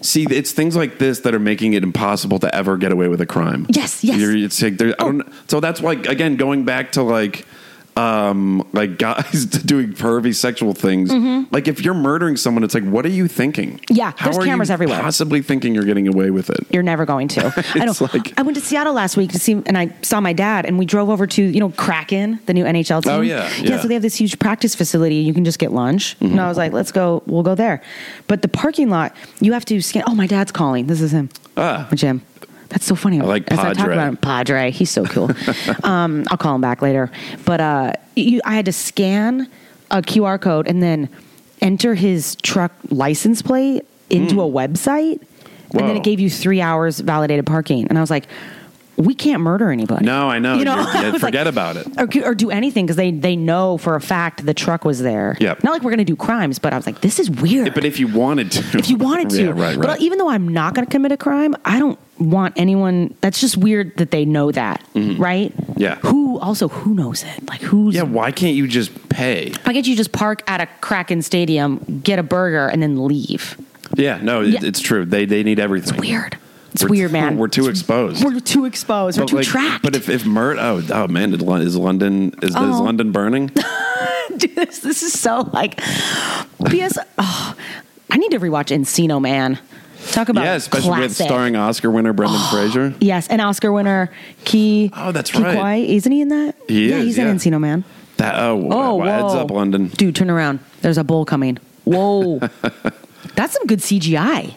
See, it's things like this that are making it impossible to ever get away with a crime.
Yes, Oh. yes.
You're, it's like there, I don't. So that's why, again, going back to like, um, like guys <laughs> doing pervy sexual things. Like, if you're murdering someone, it's like, what are you thinking?
Mm-hmm. Yeah,
How
there's
are
cameras
you
everywhere.
Possibly thinking you're getting away with it.
You're never going
<laughs>
to. I know.
It's like-
I went to Seattle last week to see, and I saw my dad, and we drove over to you know Kraken, the new NHL team.
Oh, yeah,
yeah.
yeah. Mm-hmm.
So they have this huge practice facility. You can just get lunch. And I was like, let's go. We'll go there. But the parking lot, you have to scan. Oh, my dad's calling. This is him.
Ah.
Jim. That's so funny. I
like
I talk
Padre.
about him, Padre, he's
<laughs>
so cool. um, I'll call him back later. But uh, you, I had to scan a QR code and then enter his truck license plate into a website, and then
Hmm. Whoa.
it gave you three hours validated parking. And I was like, we can't murder anybody.
No, I know.
You know, <laughs>
You're- yeah,
I was
forget
like-
about it.
Or, or do anything because they they know for a fact the truck was there.
Yep.
Not like we're gonna do crimes, but I was like, this is weird.
But if you wanted to,
If you wanted to.
yeah, right, right.
But even though I'm not going to commit a crime, I don't want anyone. That's just weird that they know that, right?
Mm-hmm. Yeah.
Who also who knows it? Like who's?
yeah, why can't you just pay?
Why can't you just park at a Kraken Stadium, get a burger, and then leave?
Yeah, no,
Yeah.
It, it's true. They they need everything.
Weird. It's
We're
weird,
too-
man.
We're too exposed.
We're too exposed. We're too
like,
tracked.
But if if Mert, oh, oh man, did Lon- is London is, is
Oh.
London
<laughs>
burning?
<laughs> Dude, this, this is so like. P.S. Oh, I need to rewatch Encino Man. Talk about
yeah, especially with
classic.
starring Oscar winner
<gasps>
Brendan Fraser.
Yes, and Oscar winner Key.
Oh, that's
Key
right.
Kwai. Isn't he in that?
He
yeah,
is,
he's
yeah.
in Encino Man.
That oh,
Oh,
wow, heads
whoa.
up, London.
Dude, turn around. There's a bull coming.
<laughs>
Whoa. That's some good CGI.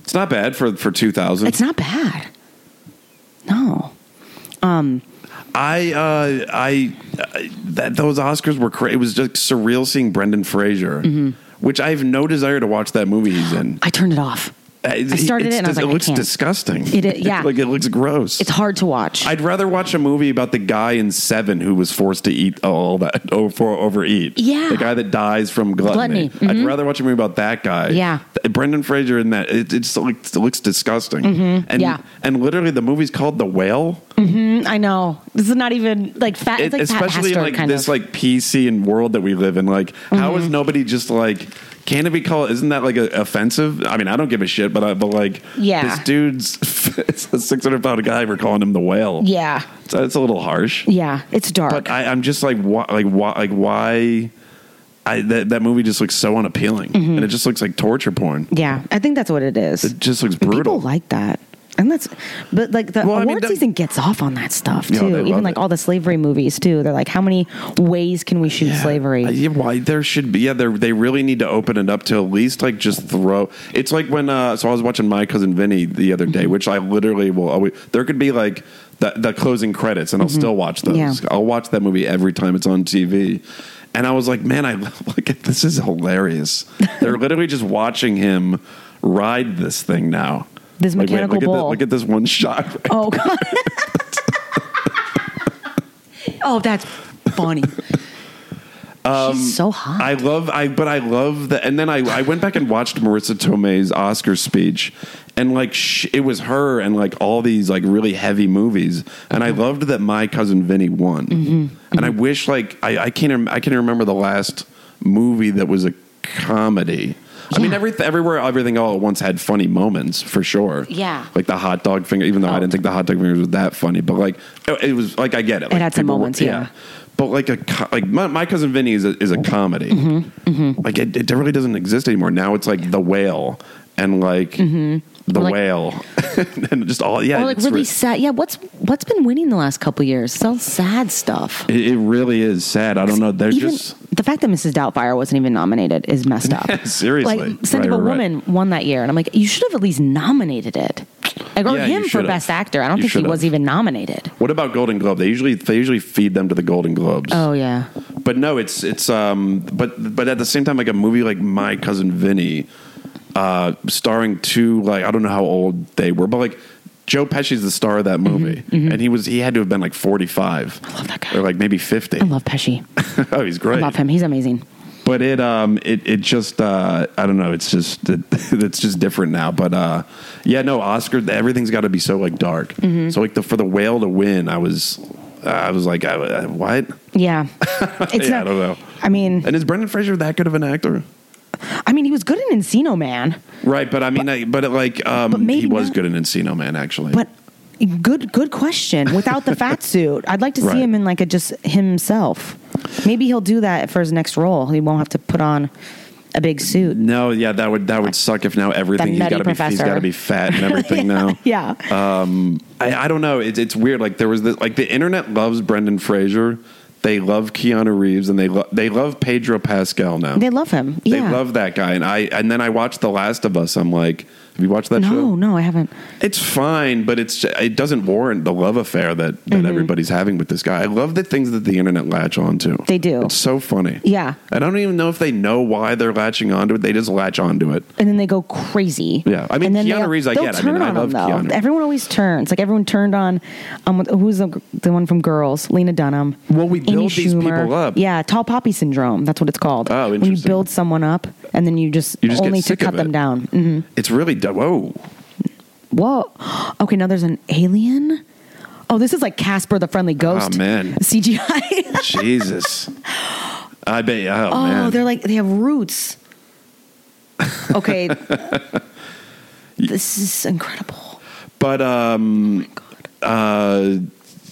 It's not bad for for two thousand.
It's not bad. No.
I uh, I I- that those Oscars were crazy. It was just surreal seeing Brendan Fraser,
Mm-hmm.
which I have no desire to watch that movie he's in.
I turned it off.
I
started it and I was like,
it
I
looks
can't.
disgusting.
It i-
<laughs>
yeah.
like it looks gross.
It's hard to watch.
I'd rather watch a movie about the guy in Seven who was forced to eat all that <laughs> oh, for overeat.
Yeah.
the guy that dies from gluttony.
Gluttony, mm-hmm.
I'd rather watch a movie about that guy.
Yeah.
Th- Brendan Fraser in that it, it's like it looks disgusting. And
Mm-hmm. yeah.
and literally the movie's called The Whale.
I know. This is not even like fat.
It-
It's like
especially
Pat
in
Hastert
like
kind
this
of. Mm-hmm.
like PC and world that we live in. Like, how is nobody just like? Can it be called? Isn't that like a, offensive? I mean, I don't give a shit, but I, but like,
Yeah.
this dude's <laughs> it's a six hundred pound guy. We're calling him the whale.
yeah.
so it's a little harsh.
Yeah. It's dark.
But I, I'm just like, why, like why, like why? I that that movie just looks so unappealing, and it just looks like torture porn.
Mm-hmm. yeah. I think that's what it is.
It just looks
And
brutal.
People like that. And that's, but like the
Well, I
award
mean, that-
season gets off on that stuff
Yeah,
too.
they love
Even like
it.
all the slavery movies too. They're like, how many ways can we shoot
Yeah.
slavery?
Uh, Yeah, why there should be. Yeah, they're- they really need to open it up to at least like just throw. It's like when uh, so I was watching my cousin Vinny the other
Mm-hmm.
day, which I literally will always. There could be like the, the closing credits, and I'll still watch those.
Mm-hmm. Yeah.
I'll watch that movie every time it's on TV. And I was like, man, I <laughs> like this is
<laughs>
hilarious. They're literally just watching him ride this thing now.
This
Like, wait,
mechanical
look At the,
bull.
look at this one shot. <laughs>
Oh god. <laughs> oh, that's funny.
Um,
She's so hot.
I love I but I love the and then I, I went back and watched Marissa Tomei's Oscar speech and like sh- it was her and like all these like really heavy movies and i loved that my cousin vinny won
Mm-hmm,
and i wish like i, I can't rem- i can remember the last movie that was a comedy I mean,
Yeah.
every, everywhere, everything all at once had funny moments for sure.
Yeah.
like the hot dog finger. Even though I
Oh.
didn't think the hot dog fingers was that funny, but like it, it was like I get it. Like,
had some moments, yeah. Mm-hmm.
But like a co- like my, my cousin Vinny is a, is a comedy. Like it, it really doesn't exist anymore. Now it's like the whale and like the
Or, Mm-hmm. like-
whale <laughs> and just all yeah.
or like
it's
really
re-
sad. Yeah, what's what's been winning the last couple years? It's all sad stuff.
it, it really is sad. I don't know. They're
Even
just
the fact that Mrs. Doubtfire wasn't even nominated is
<laughs>
messed up.
Seriously.
like Scent of
Right, right,
a
right.
Woman won that year, and I'm like, you should have at least nominated it, like, or
Yeah, you
him for
should've.
Best Actor. I don't
You
think he
should've.
was even nominated.
What about Golden Globe? They usually they usually feed them to the Golden Globes.
Oh yeah,
but no, it's it's um, but but at the same time, like a movie like My Cousin Vinny, uh, starring two like I don't know how old they were, but like Joe Pesci's the star of that movie, and he was he had to have been like forty five,
Mm-hmm. I love that guy.
or like maybe fifty.
I love Pesci.
<laughs> oh, he's
I
great.
love him. He's amazing.
But it um it it just uh I don't know, it's just it, <laughs> it's just different now. But uh yeah, no Oscar, everything's got to be so like dark.
Mm-hmm.
So like the for the whale to win, I was. I was like, I, I, what? <laughs>
Yeah, it's
Yeah, I don't know.
I mean,
And is Brendan Fraser that good of an actor?
I mean, he was good in Encino Man,
Right, but I mean, I, but it, like, um,
But maybe
he was
not.
good in Encino Man, actually.
but good, good question. Without the
<laughs>
fat suit, I'd like to
Right.
see him in like a just himself. Maybe he'll do that for his next role. He won't have to put on a big suit.
no, yeah, that would that would suck if now everything he's
nutty
got to be he's
professor.
got to be fat and <laughs> everything now.
<laughs> Yeah,
Um, I, I don't know. It's it's weird. Like there was this, like the internet loves Brendan Fraser. They love Keanu Reeves and they lo- they love Pedro Pascal now.
they love him.
They
yeah.
love that guy. And I and then I watched The Last of Us. I'm like, have you watched that
no,
show?
no, I haven't.
It's fine, but it's it doesn't warrant the love affair that
Mm-hmm.
that everybody's having with this guy. I love the things that the internet latch onto.
They do.
It's so funny.
Yeah.
I don't even know if they know why they're latching onto it. They just latch onto it.
and then they go crazy.
Yeah. I mean,
And then
Keanu
they'll-
Reeves, I
they'll
get. I mean,
turn
I
on
love
him, though.
Keanu.
Everyone always turns. Like everyone turned on. Um, who's the, the one from Girls? Lena Dunham.
Well, we
Amy
build these
Schumer.
people up.
Yeah, tall poppy syndrome. That's what it's called.
Oh,
When you
interesting.
build someone up and then you just,
You just get
only to
sick of
cut them
it.
down. hmm
It's really du- whoa.
Whoa. Okay, now there's an alien. Oh, this is like Casper the Friendly Ghost.
Ah, man.
<laughs>
<laughs>
CGI. <laughs>
Jesus. I bet. Oh,
oh,
man.
they're like they
<laughs>
have roots. Okay. this is incredible.
but um,
oh
uh,
God.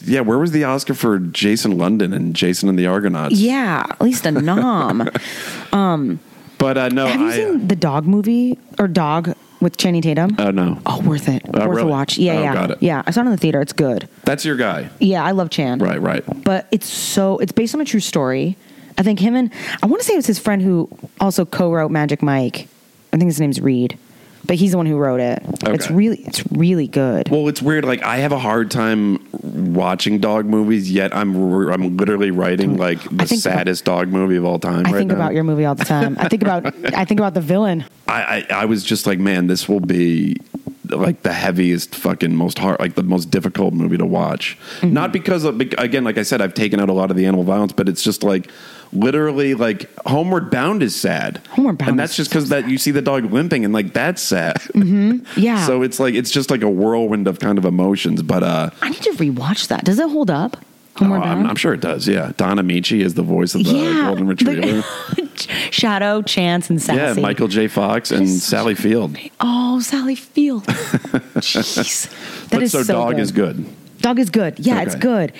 yeah. Where was the Oscar for Jason London and Jason and the Argonauts?
Yeah, at least
<laughs>
a nom.
But uh, no,
Have you
I.
seen the dog movie or dog with Channing Tatum?
oh no,
oh, worth it. worth
really?
a watch. Yeah,
Oh,
yeah.
got it.
Yeah, I saw it in the theater. It's good.
that's your guy.
Yeah, I love Chan.
Right, right.
But it's so it's based on a true story. I think him and I want to say it was his friend who also co-wrote Magic Mike. I think his name's Reed, but he's the one who wrote it. It's
Okay.
really it's really good.
Well, it's weird. Like I have a hard time watching dog movies, yet I'm I'm literally writing like the
think about-
saddest dog movie of all time.
I
right
think
now.
about your movie all the time. I think
<laughs>
about I think about the villain.
I, I I was just like, man, this will be like the heaviest fucking most hard like the most difficult movie to watch
Mm-hmm.
not because of bec- again like i said i've taken out a lot of the animal violence but it's just like literally like homeward bound is sad
Homeward Bound
and that's
is
just because that you see the dog limping and like that's sad
Yeah.
so it's like it's just like a whirlwind of kind of emotions but uh
I need to rewatch that. Does it hold up?
Oh,
Homeward
I'm,
Bound?
I'm sure it does. Yeah, Donna Michi is the voice of the golden retriever.
The- <laughs> Shadow, Chance, and
yeah,
Sassy.
Michael J. Fox and
She's such
Sally Field.
Oh, Sally
<laughs>
Field. Jeez, that
but
is
so, dog
good.
is good.
Dog is good. Yeah, it's
Okay.
good.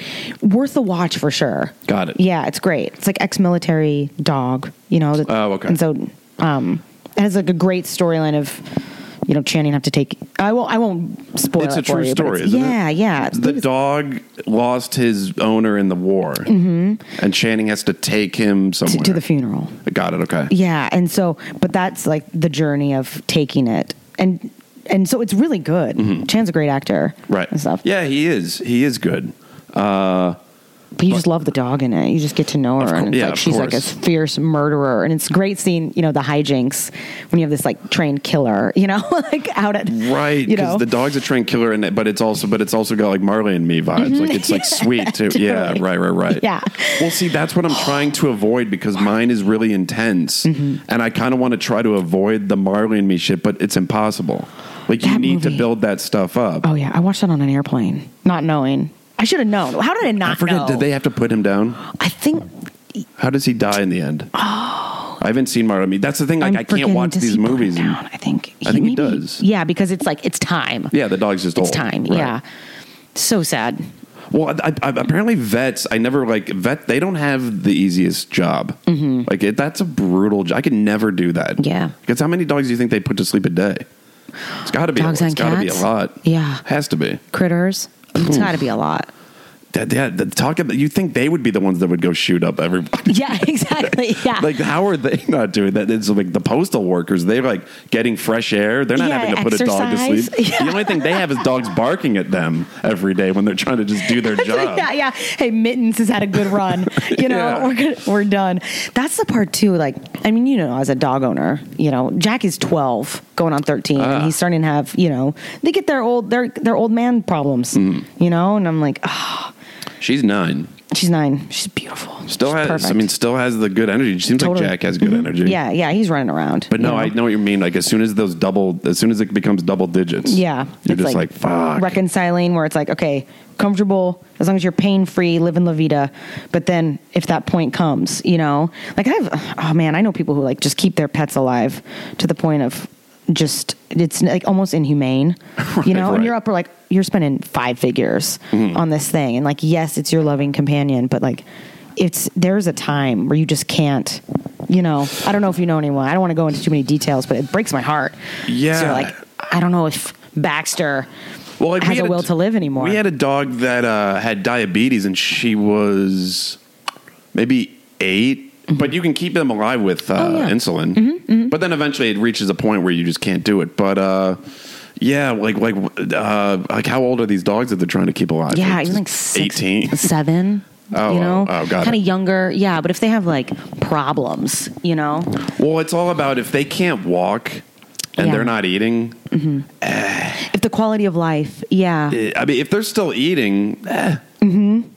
Worth a watch for sure.
Got it.
Yeah, it's great. It's like ex-military dog. You know. that-
Oh, okay.
And so, um, it has like a great storyline of. You know, Channing have to take. I won't. I won't spoil.
It's
it
a
for
true
you, but
story,
it's-
isn't it?
yeah, yeah. It's-
The dog lost his owner in the war, and Channing has to take him
Mm-hmm. to,
somewhere
to the funeral.
Got it. Okay.
Yeah, and so, but that's like the journey of taking it, and and so it's really good. Chan's a great actor,
Mm-hmm. Right.
And stuff.
Yeah, he is. He is good.
But you just love the dog in it. You just get to know her, and
cour-
it's
yeah,
like
of
she's like a
course.
fierce murderer, and it's great seeing you know the hijinks when you have this like trained killer, <laughs> you know, like out at
Right,
you
because
know,
the dog's a trained killer, and it, but it's also but it's also got like Marley and Me vibes. Like it's
<laughs>
like sweet too. Yeah,
totally.
right, right, right.
Yeah.
Well, see, that's what I'm trying to avoid because mine is really
Mm-hmm.
intense, and I kind of want to try to avoid the Marley and Me shit, but it's impossible Like you
That
need to
movie.
build that stuff up.
Oh yeah, I watched that on an airplane, not knowing. I should have known. How did I not
I forget.
know?
Did they have to put him down?
I think
How does he die in the end? Oh, I haven't seen Marty. That's the thing. Like
I'm
I'm I can
forgetting,
not watch
does
these
he put it
movies. and-
down? I think.
I think he
maybe-
does.
Yeah, because it's like it's time.
yeah, the dog's just
it's
old.
time.
Right.
Yeah. So sad.
Well, I, I, apparently vets. I never like vet. They don't have the easiest job. Mm-hmm. Like it, that's a brutal. job. I could never do that.
Yeah.
Because how many dogs do you think they put to sleep a day? It's got to be.
Dogs
Dogs it's
and
got to be a
cats?
lot.
Yeah.
Has to be.
Critters. It's got to be
<laughs>
a lot.
That, that, that- talk about. You think they would be the ones that would go shoot up <laughs> everybody?
Yeah, exactly. <laughs> Yeah.
Like how are they <laughs> not doing that? It's like the postal workers. They're like getting fresh air. They're not
Yeah,
having to put a dog to
exercise.
sleep. The only thing they have is dogs barking at them every day when they're trying to just
<laughs>
do their job.
yeah, yeah. Hey, Mittens has had a
<laughs>
good run. You know,
Yeah.
we're good, we're done. That's the part too. Like, I mean, you know, as a dog owner, you know, Jack is twelve, going on thirteen, and
Ah.
he's starting to have, you know, they get their old their their old man problems.
Mm.
You know, and I'm like, ah,
She's nine.
she's nine. She's beautiful.
Still
she's
has.
Perfect.
I mean, still has the good energy. It seems
Totally. Mm-hmm.
like Jack has good energy.
yeah, yeah. He's running around.
But no,
you
I know what you mean. Like as soon as those double, as soon as it becomes double digits,
Yeah,
you're just like, fuck.
reconciling where it's like okay, comfortable as long as you're pain free, living la vida. But then if that point comes, you know, like I've oh man, I know people who like just keep their pets alive to the point of just it's like
<laughs>
almost inhumane, you know.
right. Mm-hmm.
And you're up, or like you're spending five figures on this thing, and like yes, it's your loving companion, but like it's there's a time where you just can't. You know, I don't know if you know anyone. I don't want to go into too many details, but it breaks my heart.
Yeah.
So you're like, I don't know if Baxter
well, like, we
has a
had
will to live anymore.
We had a dog that uh, had diabetes, and she was maybe 8 But you can keep them alive with uh,
Mm-hmm. Oh, yeah.
insulin. But then eventually, it reaches a point where you just can't do it. But uh, yeah, like like uh, like how old are these dogs that they're trying to keep alive?
yeah,
It's
even like six, <laughs>
eighteen.
seven.
<laughs> Oh,
you know,
oh, oh, got
kind
it.
of younger. Yeah, but if they have like problems, you know,
Well, it's all about if they can't walk and
Yeah.
they're not eating.
if the quality of life, yeah,
eh, I mean, if they're still eating, eh,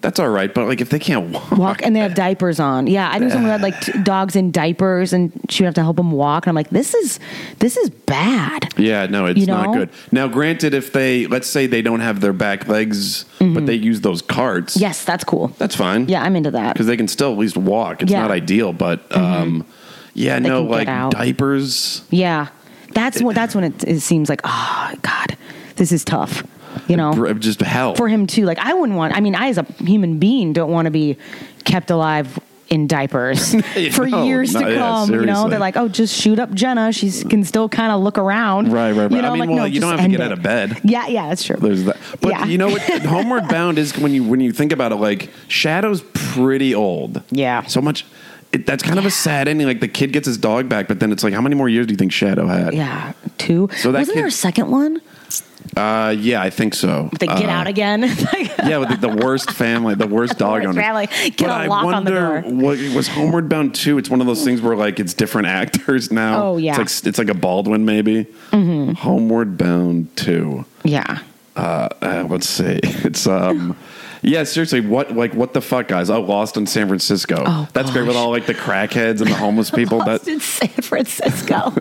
that's all right. But like if they can't walk,
Mm-hmm. walk and they have diapers on. Yeah, I knew someone who had like t- dogs in diapers, and she would have to help them walk. And I'm like, this is this is bad.
yeah, no, it's
You
not
know?
good. Now, granted, if they let's say they don't have their back legs, but they use those carts,
Yes, that's cool.
that's fine.
Mm-hmm. Yeah, I'm into that.
because they can still at least walk. It's
Yeah. Mm-hmm.
not ideal, but um, yeah, no,
can get
like
out.
diapers.
Yeah, that's when that's when it, it seems like oh god, this is tough. You know,
br- Just hell
Oh. for him too. Like I wouldn't want. I mean, I as a human being don't want to be kept alive in diapers
<laughs>
for
No,
years
no,
to
yeah,
come. you know,
seriously.
they're like, oh, just shoot up Jenna. She can still kind of look around.
Right, right, right.
You know,
I mean,
like,
well,
no,
you don't
just
have to get out
end
of
it.
bed.
Yeah, yeah, that's true.
There's that. But
Yeah.
you know
<laughs>
what? Homeward Bound is when you when you think about it, like Shadow's pretty old.
Yeah.
So much. It, that's kind of a sad ending. Like the kid gets his dog back, but then it's like, how many more years do you think Shadow had?
yeah, two.
So that
Wasn't there
kid-
a second one?
Uh, yeah, I think so.
They get
Uh,
out again. <laughs> Like,
Yeah, with the, the worst family, the
<laughs>
worst dog
Worst
owner.
family. Get
but
a
I
lock
wonder
on the door.
what was Homeward Bound too. It's one of those things where like it's different actors now.
Oh, yeah. Mm-hmm.
it's like it's like a Baldwin maybe. Homeward Bound two.
yeah.
uh, uh, let's see. <laughs> It's um, yeah, seriously, what like what the fuck, guys? Oh, Lost in San Francisco.
Oh,
that's great with
gosh.
all like the crackheads and the
<laughs>
homeless people. that
Lost in San
<laughs>
Francisco.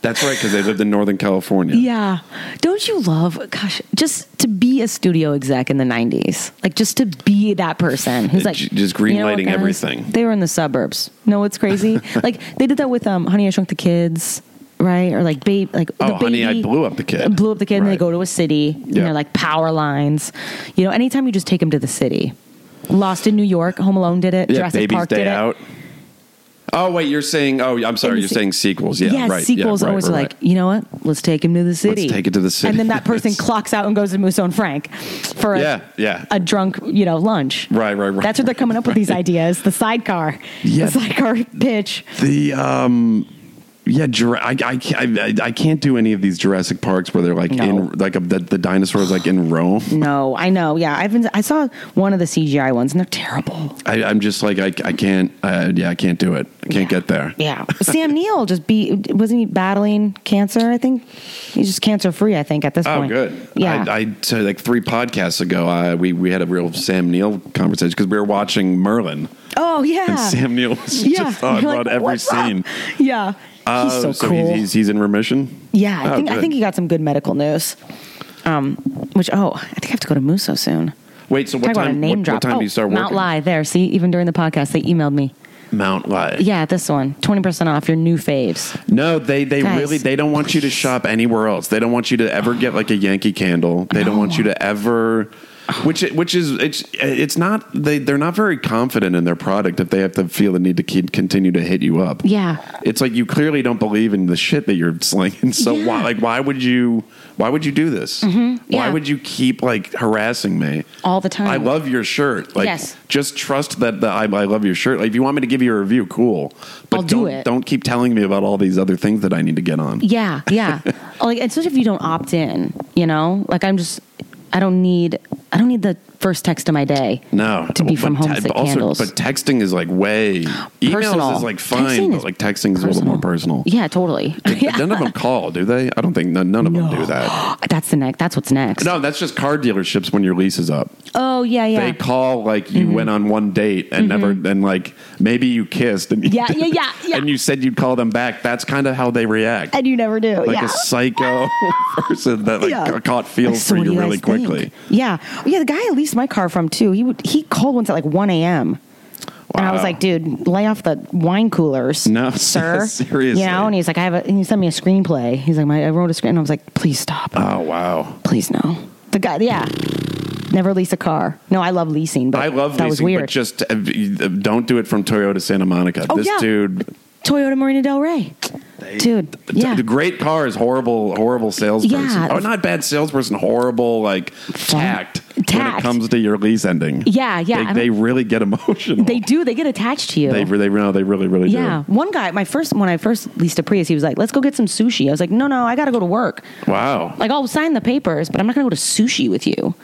that's right because they lived in Northern California.
yeah. Don't you love, gosh, just to be a studio exec in the 90s? Like, just to be that person who's like,
J- just green
what,
lighting
guys?
everything."
They were in the suburbs. No,
<laughs>
it's crazy. like, they did that with um, Honey, I Shrunk the Kids, right? Or like, babe, like,
Oh,
the
Honey,
baby
I Blew Up the Kid.
Blew up the kid, and they
Right.
go to a city, and
Yeah.
they're like power lines. You know, anytime you just take them to the city. Lost in New York, Home Alone did it,
yeah.
Jurassic
Baby's
Park
Day
did it.
Out. Oh wait, you're saying? Oh, I'm
In
sorry,
the
you're
se-
saying sequels? Yeah,
yeah,
right. yeah,
sequels
right,
always
right,
like,
right.
you know what? Let's take him to the city.
take it to the city.
And then
<laughs>
that person <laughs> clocks out and goes and moves on Frank for a,
Yeah, yeah.
a drunk, you know, lunch.
Right, right, right,
That's what they're coming up with these ideas. The sidecar.
<laughs> Yeah.
The sidecar pitch.
The um, yeah, Jura- I, I, can't- I I can't do any of these Jurassic Parks where they're like
No.
in like a, the, the dinosaurs like in Rome.
No, I know. Yeah. I've been I saw one of the CGI ones and they're terrible.
I, I'm just like I, I can't. Uh, yeah, I can't do it. I can't get there.
Yeah. Sam Neill just be wasn't he battling cancer, I think? He's just cancer free, I think, at this
Oh,
point.
good.
Yeah.
I, I so like three podcasts ago. I, we we had a real Sam Neill conversation because we were watching Merlin,
oh yeah.
and Sam Neill was
Yeah.
just on
You're like,
about every
"What's up?"
scene.
Yeah.
Oh,
so
he's,
cool.
he's, he's in remission.
Yeah, I
Oh,
think I
good.
think he got some good medical news. Um, which oh, I think I have to go to Muso soon.
Wait, so what
Talk about
time?
a name
what,
drop.
what time
oh,
do you start working?
Mount Lie there. See, even during the podcast, they emailed me.
Mount Lie.
Yeah, this one, twenty percent off your new faves.
No, they they
Guys,
really they don't want you to shop anywhere else. They don't want you to ever get like a Yankee candle. They don't want you to ever which which is it's it's not they they're not very confident in their product if they have to feel the need to keep, continue to hit you up.
Yeah.
It's like you clearly don't believe in the shit that you're <laughs> slinging. So
Yeah. Mm-hmm.
why like why would you why would you do this? Why
yeah.
would you keep like harassing me
All the time.
I love your shirt. Like
Mm-hmm. Yes.
just trust that the, I, I love your shirt. Like if you want me to give you a review, cool. But
I'll do
don't
it.
don't keep telling me about all these other things that I need to get on.
Yeah,
<laughs>
yeah. like especially if you don't opt in, you know. Like I'm just, I don't need, I don't need the first text of my day.
No,
to be
But
from
te-
homesick
but also-
candles.
But texting is like way emails
Personal.
is like fine,
Texting
but
is
like texting is a little more personal.
Yeah, totally.
But <laughs> None of them call, do they? I don't think none, none of them do that.
<gasps> That's the next. That's what's next.
No, that's just car dealerships when your lease is up.
Oh yeah, yeah. Mm-hmm.
They call like you went on one date and never, and like maybe you kissed and you
Yeah, yeah, yeah,
<laughs>
yeah.
and you said you'd call them back. That's kind of how they react.
and you never do.
like
yeah.
a psycho <laughs> person that like
Yeah.
caught feels
Like, so
for
what do
you
guys
really quickly.
think? Yeah, Oh, yeah. The guy I leased my car from too. He would, he called once at like one a.m. And I was
Wow.
like, dude, lay off the wine coolers,
No, <laughs>
sir.
seriously.
you know. And he's like, I have a. And he sent me a screenplay. He's like, my, I wrote a screen. And I was like, please stop,
Oh wow.
please no. The guy, yeah, never lease a car. No, I love leasing, but
I love
that
leasing,
was weird.
but just uh, don't do it from Toyota Santa Monica.
Oh,
this
yeah.
dude,
Toyota Marina Del Rey, dude.
th-
Yeah,
the great cars, horrible, horrible salesperson.
Yeah.
Oh, not bad salesperson, horrible like tact, when it
Tact.
comes to your lease ending.
Yeah, yeah,
They,
I
they really get emotional.
they do. They get attached to you.
They really, no, they really, really
Yeah,
do.
one guy, my first when I first leased a Prius, he was like, "Let's go get some sushi." I was like, "No, no, I got to go to work."
Wow.
Like, I'll sign the papers, but I'm not going to go to sushi with you.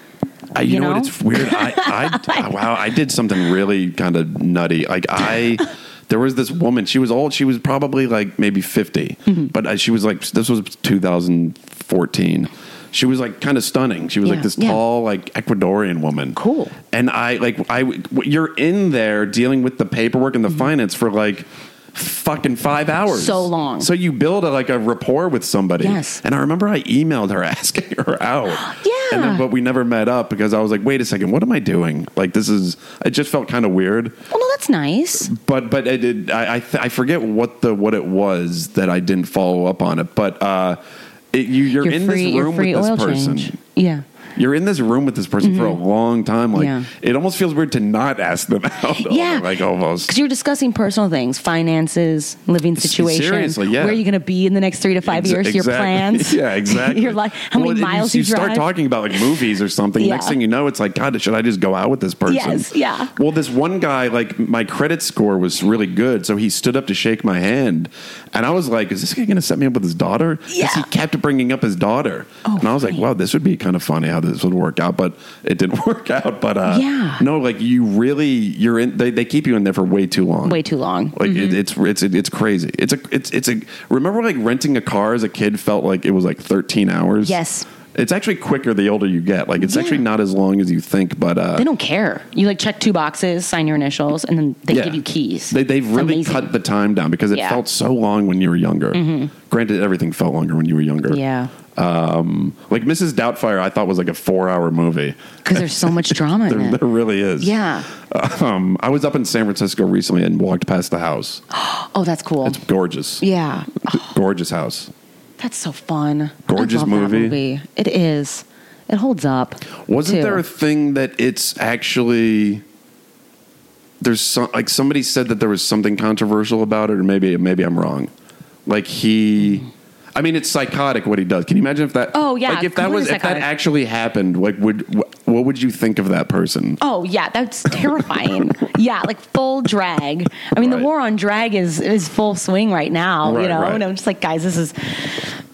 I, you,
you
know,
know?
what? It's weird.
<laughs>
I, I wow. I did something really kind of nutty. Like
<laughs>
I, there was this woman. She was old. She was probably like maybe 50
Mm-hmm.
but uh, she was like this was 2014. She was like kind of stunning. She was like
Yeah,
this
yeah.
tall, like Ecuadorian woman.
Cool.
And I like I you're in there dealing with the paperwork and the finance for like fucking five hours
Mm-hmm. So long.
so you build a, like a rapport with somebody
Yes.
and i remember i emailed her <laughs> asking her
<gasps>
out <gasps> and then,
Yeah.
but we never met up because I was like, wait a second, what am I doing? Like this is, it just felt kind of weird.
Oh no, that's nice.
But but it, it, I I, th- I forget what the what it was that I didn't follow up on it. But uh, it, you you're, in this room with this person.
Yeah,
You're in this room with this person for a long time. Like
Mm-hmm. Yeah.
it almost feels weird to not ask them <laughs> out.
Yeah.
like almost.
because you're discussing personal things, finances, living situations.
seriously, yeah.
Where are you going to be in the next three to five
Exa-
years? Your
exactly.
plans.
<laughs> Yeah, exactly.
<laughs> your life. How
Well,
many
you-
miles
you,
you, drive?
start talking about like movies or something.
Yeah.
Next thing you know, it's like, God, should I just go out with this person?
Yes, yeah.
Well, this one guy, like my credit score was really good, so he stood up to shake my hand, and I was like, Is this guy going to set me up with his daughter? 'Cause
Yeah.
He kept bringing up his daughter,
Oh,
and I was like,
funny.
Wow, this would be kind of funny how this would work out, but it didn't <laughs> work out. But uh,
Yeah.
no, like you really, you're in. They, they keep you in there for way too long.
Way too long.
Like it, it's
Mm-hmm.
it's it's crazy. It's a it's it's a remember like renting a car as a kid felt like it was like 13 hours.
Yes.
It's actually quicker the older you get. Like it's
Yeah.
actually not as long as you think, but uh
They don't care. You like check two boxes, sign your initials, and then they
yeah.
give you keys.
They they've
It's
really
amazing.
cut the time down because it
Yeah. Mm-hmm.
felt so long when you were younger. Granted everything felt longer when you were younger.
Yeah,
Um like Mrs. Doubtfire I thought was like a 4-hour movie.
because there's so much drama
<laughs>
in
There,
it.
there really is.
Yeah.
Um I was up in San Francisco recently and walked past the house.
Oh, that's cool.
It's gorgeous.
yeah. Oh,
Gorgeous house.
That's so fun.
Gorgeous
I love that
movie.
movie. It is. It holds up.
Wasn't
too.
there a thing that it's actually there's some like somebody said that there was something controversial about it, or maybe maybe I'm wrong. Like he, I mean, it's psychotic what he does. Can you imagine if that?
Oh, yeah,
like if that was
completely
if that
psychotic.
actually happened, like would wh- what would you think of that person?
Oh yeah, that's terrifying. <laughs> yeah, like full drag. I mean,
Right.
the war on drag is is full swing right now.
Right,
you know,
right.
and I'm just like, guys, this is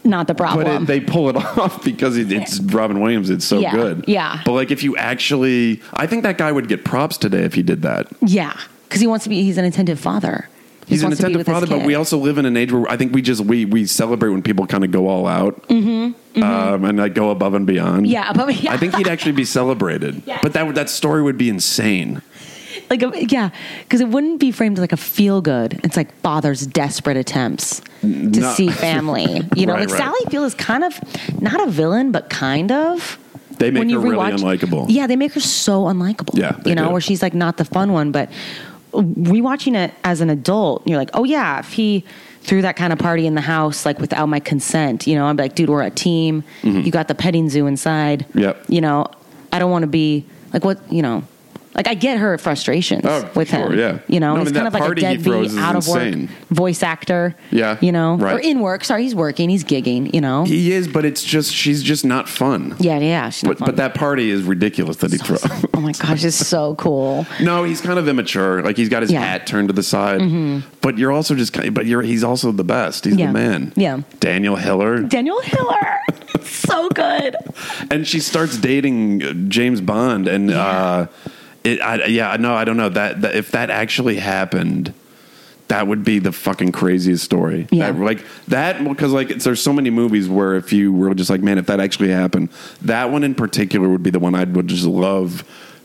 not the
But
problem.
it, they pull it <laughs> off because it, it's Robin Williams. It's so
Oh, Yeah,
good.
yeah.
But like if you actually, I think that guy would get props today if he did that.
yeah, because he wants to be. He's an attentive father. He
He's an
wants to be
attentive
with his
father, but
kid.
we also live in an age where I think we just we we celebrate when people kind of go all out Um, and like go above and beyond.
Mm-hmm, <laughs> Yeah, above- yeah. <laughs>
I think he'd actually be celebrated,
Yes.
but that would- that story would be insane.
like a, yeah, because it wouldn't be framed like a feel good. It's like father's desperate attempts to
No.
see
<laughs>
family. You know,
Right,
like
right.
Sally Field is kind of not a villain, but kind of.
They make
When you
her really
rewatch-
unlikable.
Yeah, they make her so unlikable.
Yeah, they
you know,
do.
where she's like not the fun one, but rewatching it as an adult, you're like, oh yeah, if he threw that kind of party in the house like without my consent, you know, I'm like, dude, we're a team. You got the petting zoo inside.
Mm-hmm. Yep.
You know, I don't want to be like what you know. Like I get her frustrations
Oh,
with
sure,
him.
yeah.
You know,
No, I
he's
mean, that
kind of like a
party he throws
deadbeat,
is
out of work
insane.
voice actor.
Yeah,
You know,
right.
or in work. Sorry, he's working. He's gigging. You know.
He is, but it's just she's just not fun.
yeah, yeah. She's not
But,
fun.
but that party is ridiculous that he throws.
<laughs> Oh my gosh, it's so cool.
<laughs> No, he's kind of immature. Like he's got his
Yeah. Mm-hmm.
hat turned to the side. But you're also just kind. But you're he's also the best. He's
Yeah.
the man.
Yeah.
Daniel Hiller,
Daniel Hiller, so good.
and she starts dating uh, James Bond, and uh, it. I, yeah, no, I don't know that, that if that actually happened. That would be the fucking craziest story.
Yeah.
That, like that, because like it's, there's so many movies where if you were just like, man, if that actually happened, that one in particular would be the one I would just love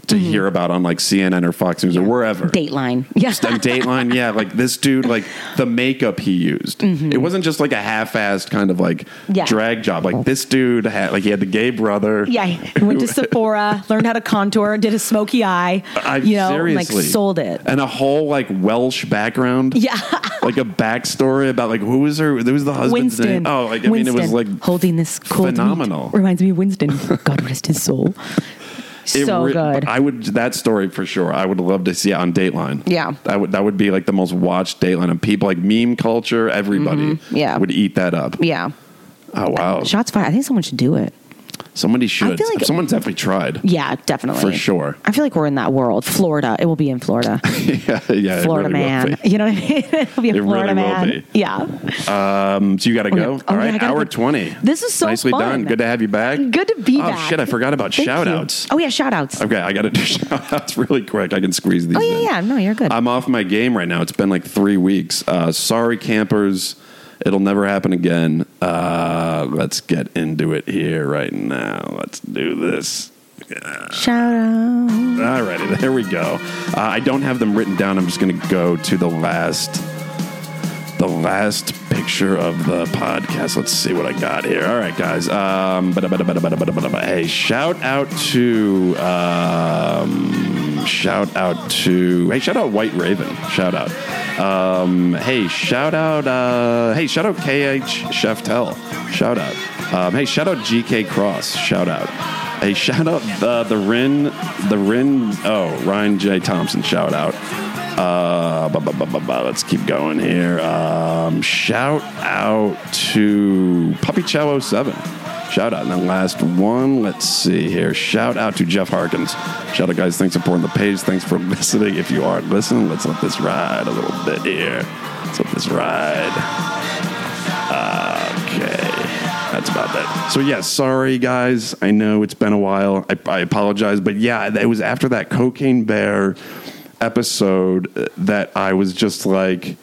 to
Mm-hmm.
hear about on like CNN or Fox News or wherever.
Dateline. Yeah.
on Dateline, yeah, like this dude, like the makeup he used. It wasn't just like a half-assed kind of like
Mm-hmm. Yeah.
drag job. Like this dude had, like he had the gay brother.
Yeah, he went to Sephora, learned how to contour, did a smoky eye,
I
you know, and, like
seriously
sold it.
and a whole like Welsh background.
Yeah.
like a backstory about like who was her, who was the husband's
Winston.
name? Oh, like I mean, it was
Winston,
like
holding this cold meat.
phenomenal.
Reminds me of Winston.
<laughs>
God rest his soul.
it
so
re-
good.
I would that story for sure. I would love to see it on Dateline.
Yeah.
that would that would be like the most watched Dateline, and people like meme culture, everybody,
Mm-hmm. Yeah.
would eat that up.
yeah.
Oh wow,
Shots fired. I think someone should do it.
somebody should.
feel like-
Someone's definitely
<laughs>
tried.
Yeah, definitely.
For sure.
I feel like we're in that world. Florida. It will be in Florida.
<laughs> yeah, yeah, <laughs> it
Florida
really will
man.
be.
You know what I mean? <laughs> It'll be a
It really
Florida
will
man.
be.
Yeah.
Um, so you got to go.
Oh,
All
yeah, I
right,
gotta
hour
go.
twenty.
This is so
nicely
fun.
done. Good to have you back.
Good to be
oh,
back.
shit, I forgot about
Thank
shout
you.
outs.
Oh yeah, shout outs.
Okay, I got to do <laughs> shout outs really quick. I can squeeze these.
Oh, yeah,
in.
yeah. No, you're good.
I'm off my game right now. It's been like three weeks. Uh, sorry, campers. It'll never happen again. Uh, let's get into it here right now. Let's do this.
Shout out.
All righty, <laughs> there we go. Uh, I don't have them written down. I'm just going to go to the last, the last picture of the podcast. Let's see what I got here. All right, guys. Um, bada, bada, bada, bada, bada, bada, bada. Hey, shout out to, um, shout out to, hey, shout out White Raven. Shout out. Um, hey, shout out, uh, hey, shout out KH Cheftel. Shout out. Um, hey, shout out GK Cross. Shout out. A <laughs> shout out uh, the Rin the Rin oh Ryan J Thompson shout out. Uh, ba, ba, ba, ba, ba. Let's keep going here. Um, shout out to Puppy Chow 07. Shout out. And then last one, let's see here. Shout out to Jeff Harkins. Shout out, guys. Thanks for pouring the page. Thanks for <laughs> listening. If you aren't listening, let's let this ride a little bit here. Let's let this ride. Okay. That's about that. So, yeah, sorry, guys. I know it's been a while. I, I apologize. But, yeah, it was after that Cocaine Bear episode uh, that I was just like,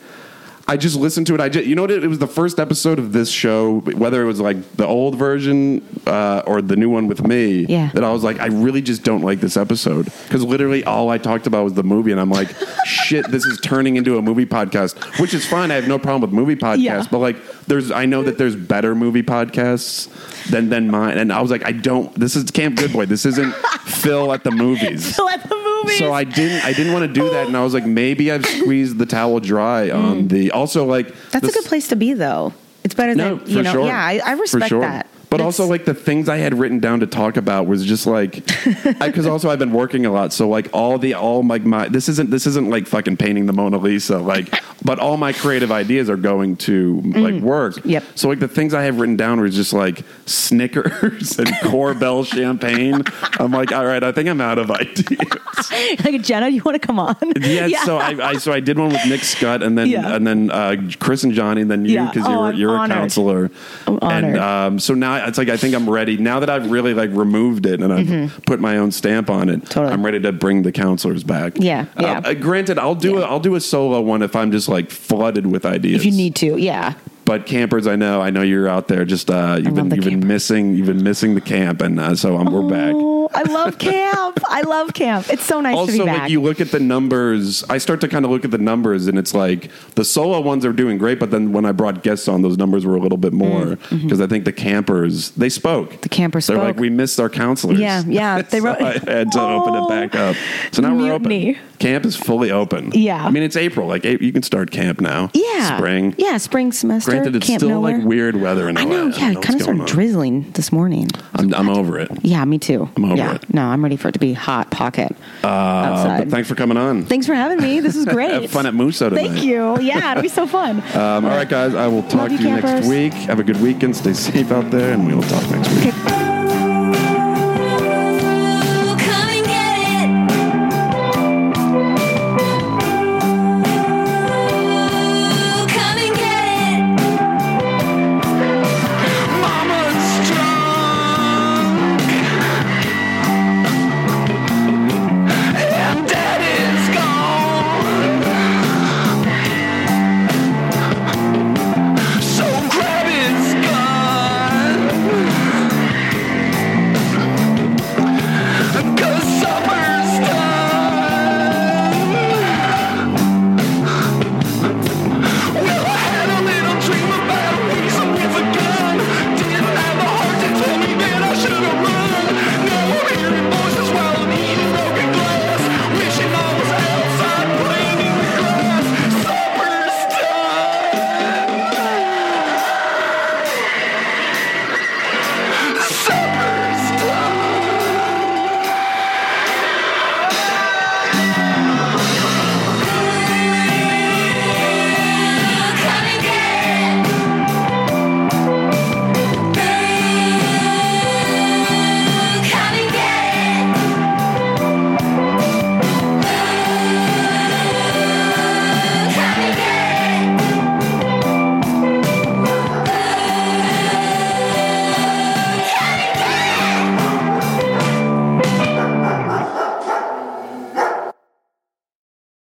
I just listened to it. I just, you know what? It, was the first episode of this show, whether it was like the old version uh, or the new one with me.
Yeah.
That I was like, I really just don't like this episode because literally all I talked about was the movie, and I'm like, <laughs> shit, this is turning into a movie podcast, which is fine. I have no problem with movie podcasts,
Yeah.
but like, there's I know that there's better movie podcasts than than mine, and I was like, I don't. This is Camp Good Boy. This isn't Phil at the movies.
So at the movies.
So I didn't I didn't want to do that, and I was like, maybe I've squeezed the towel dry on the. Also, like
That's
the
a good place to be though. It's better
No,
than you
for
know.
sure.
Yeah, I, I
For
respect
sure.
that.
But
That's-
also, like the things I had written down to talk about was just
<laughs>
like, because also I've been working a lot, so like all the all my, my this isn't this isn't like fucking painting the Mona Lisa,
<laughs>
like, but all my creative ideas are going to like work.
Mm. Yep.
So like the things I have written down were just like Snickers <laughs> and Corbel champagne. I'm like, all right, I think I'm out of <laughs> ideas.
<laughs> like Jenna, you want to come on?
Yeah, so I, I so I did one with Nick Scott and then
Yeah.
and then uh, Chris and Johnny and then you
Yeah.
because
Oh,
you're
I'm
you're
honored.
a counselor.
I'm honored.
And um, so now it's like I think I'm ready. Now that I've really like removed it and I've put my own stamp on it,
Mm-hmm. Totally.
I'm ready to bring the counselors back.
Yeah,
Uh,
yeah.
uh, granted, I'll do a, I'll do a solo one if I'm just like flooded with ideas.
if you need to, yeah.
but campers, I know I know you're out there. Just uh, you've
love
been
the
you've been
camper.
missing you've been missing the camp, and uh, so um, we're back.
Oh, know.
<laughs>
I love camp. I love camp. It's so nice to
also,
be back.
like you look at the numbers, I start to kind of look at the numbers, and it's like the solo ones are doing great, but then when I brought guests on, those numbers were a little bit more
Mm,
because I think the campers they spoke.
The campers
They're like
mm-hmm. spoke.
we missed our counselors.
Yeah, yeah, they
<laughs> They wrote. so
wrote-
I had to open it
Oh.
back
<laughs>
up. So now we're
Mutiny.
open. Camp is fully open.
Yeah.
I mean it's April. Like a- you can start camp now.
yeah.
spring.
Yeah, spring semester.
Granted, it's
camp
still
nowhere.
like weird weather in LA.
I know.
don't
Yeah, it
what's
kind of started
going on.
drizzling this morning.
I'm, I'm over it. Uh,
Yeah, me too.
I'm over
yeah.
it.
No, I'm ready for it to be hot pocket
Uh,
outside.
but thanks for coming on.
Thanks for having me. This is great.
<laughs> Have fun at Muso tonight.
Thank you. Yeah, it'll be
<laughs>
so fun.
Um, all right, guys. I will talk
you,
to you
campers.
next week. Have a good weekend. Stay safe out there, and we will talk next week.
okay,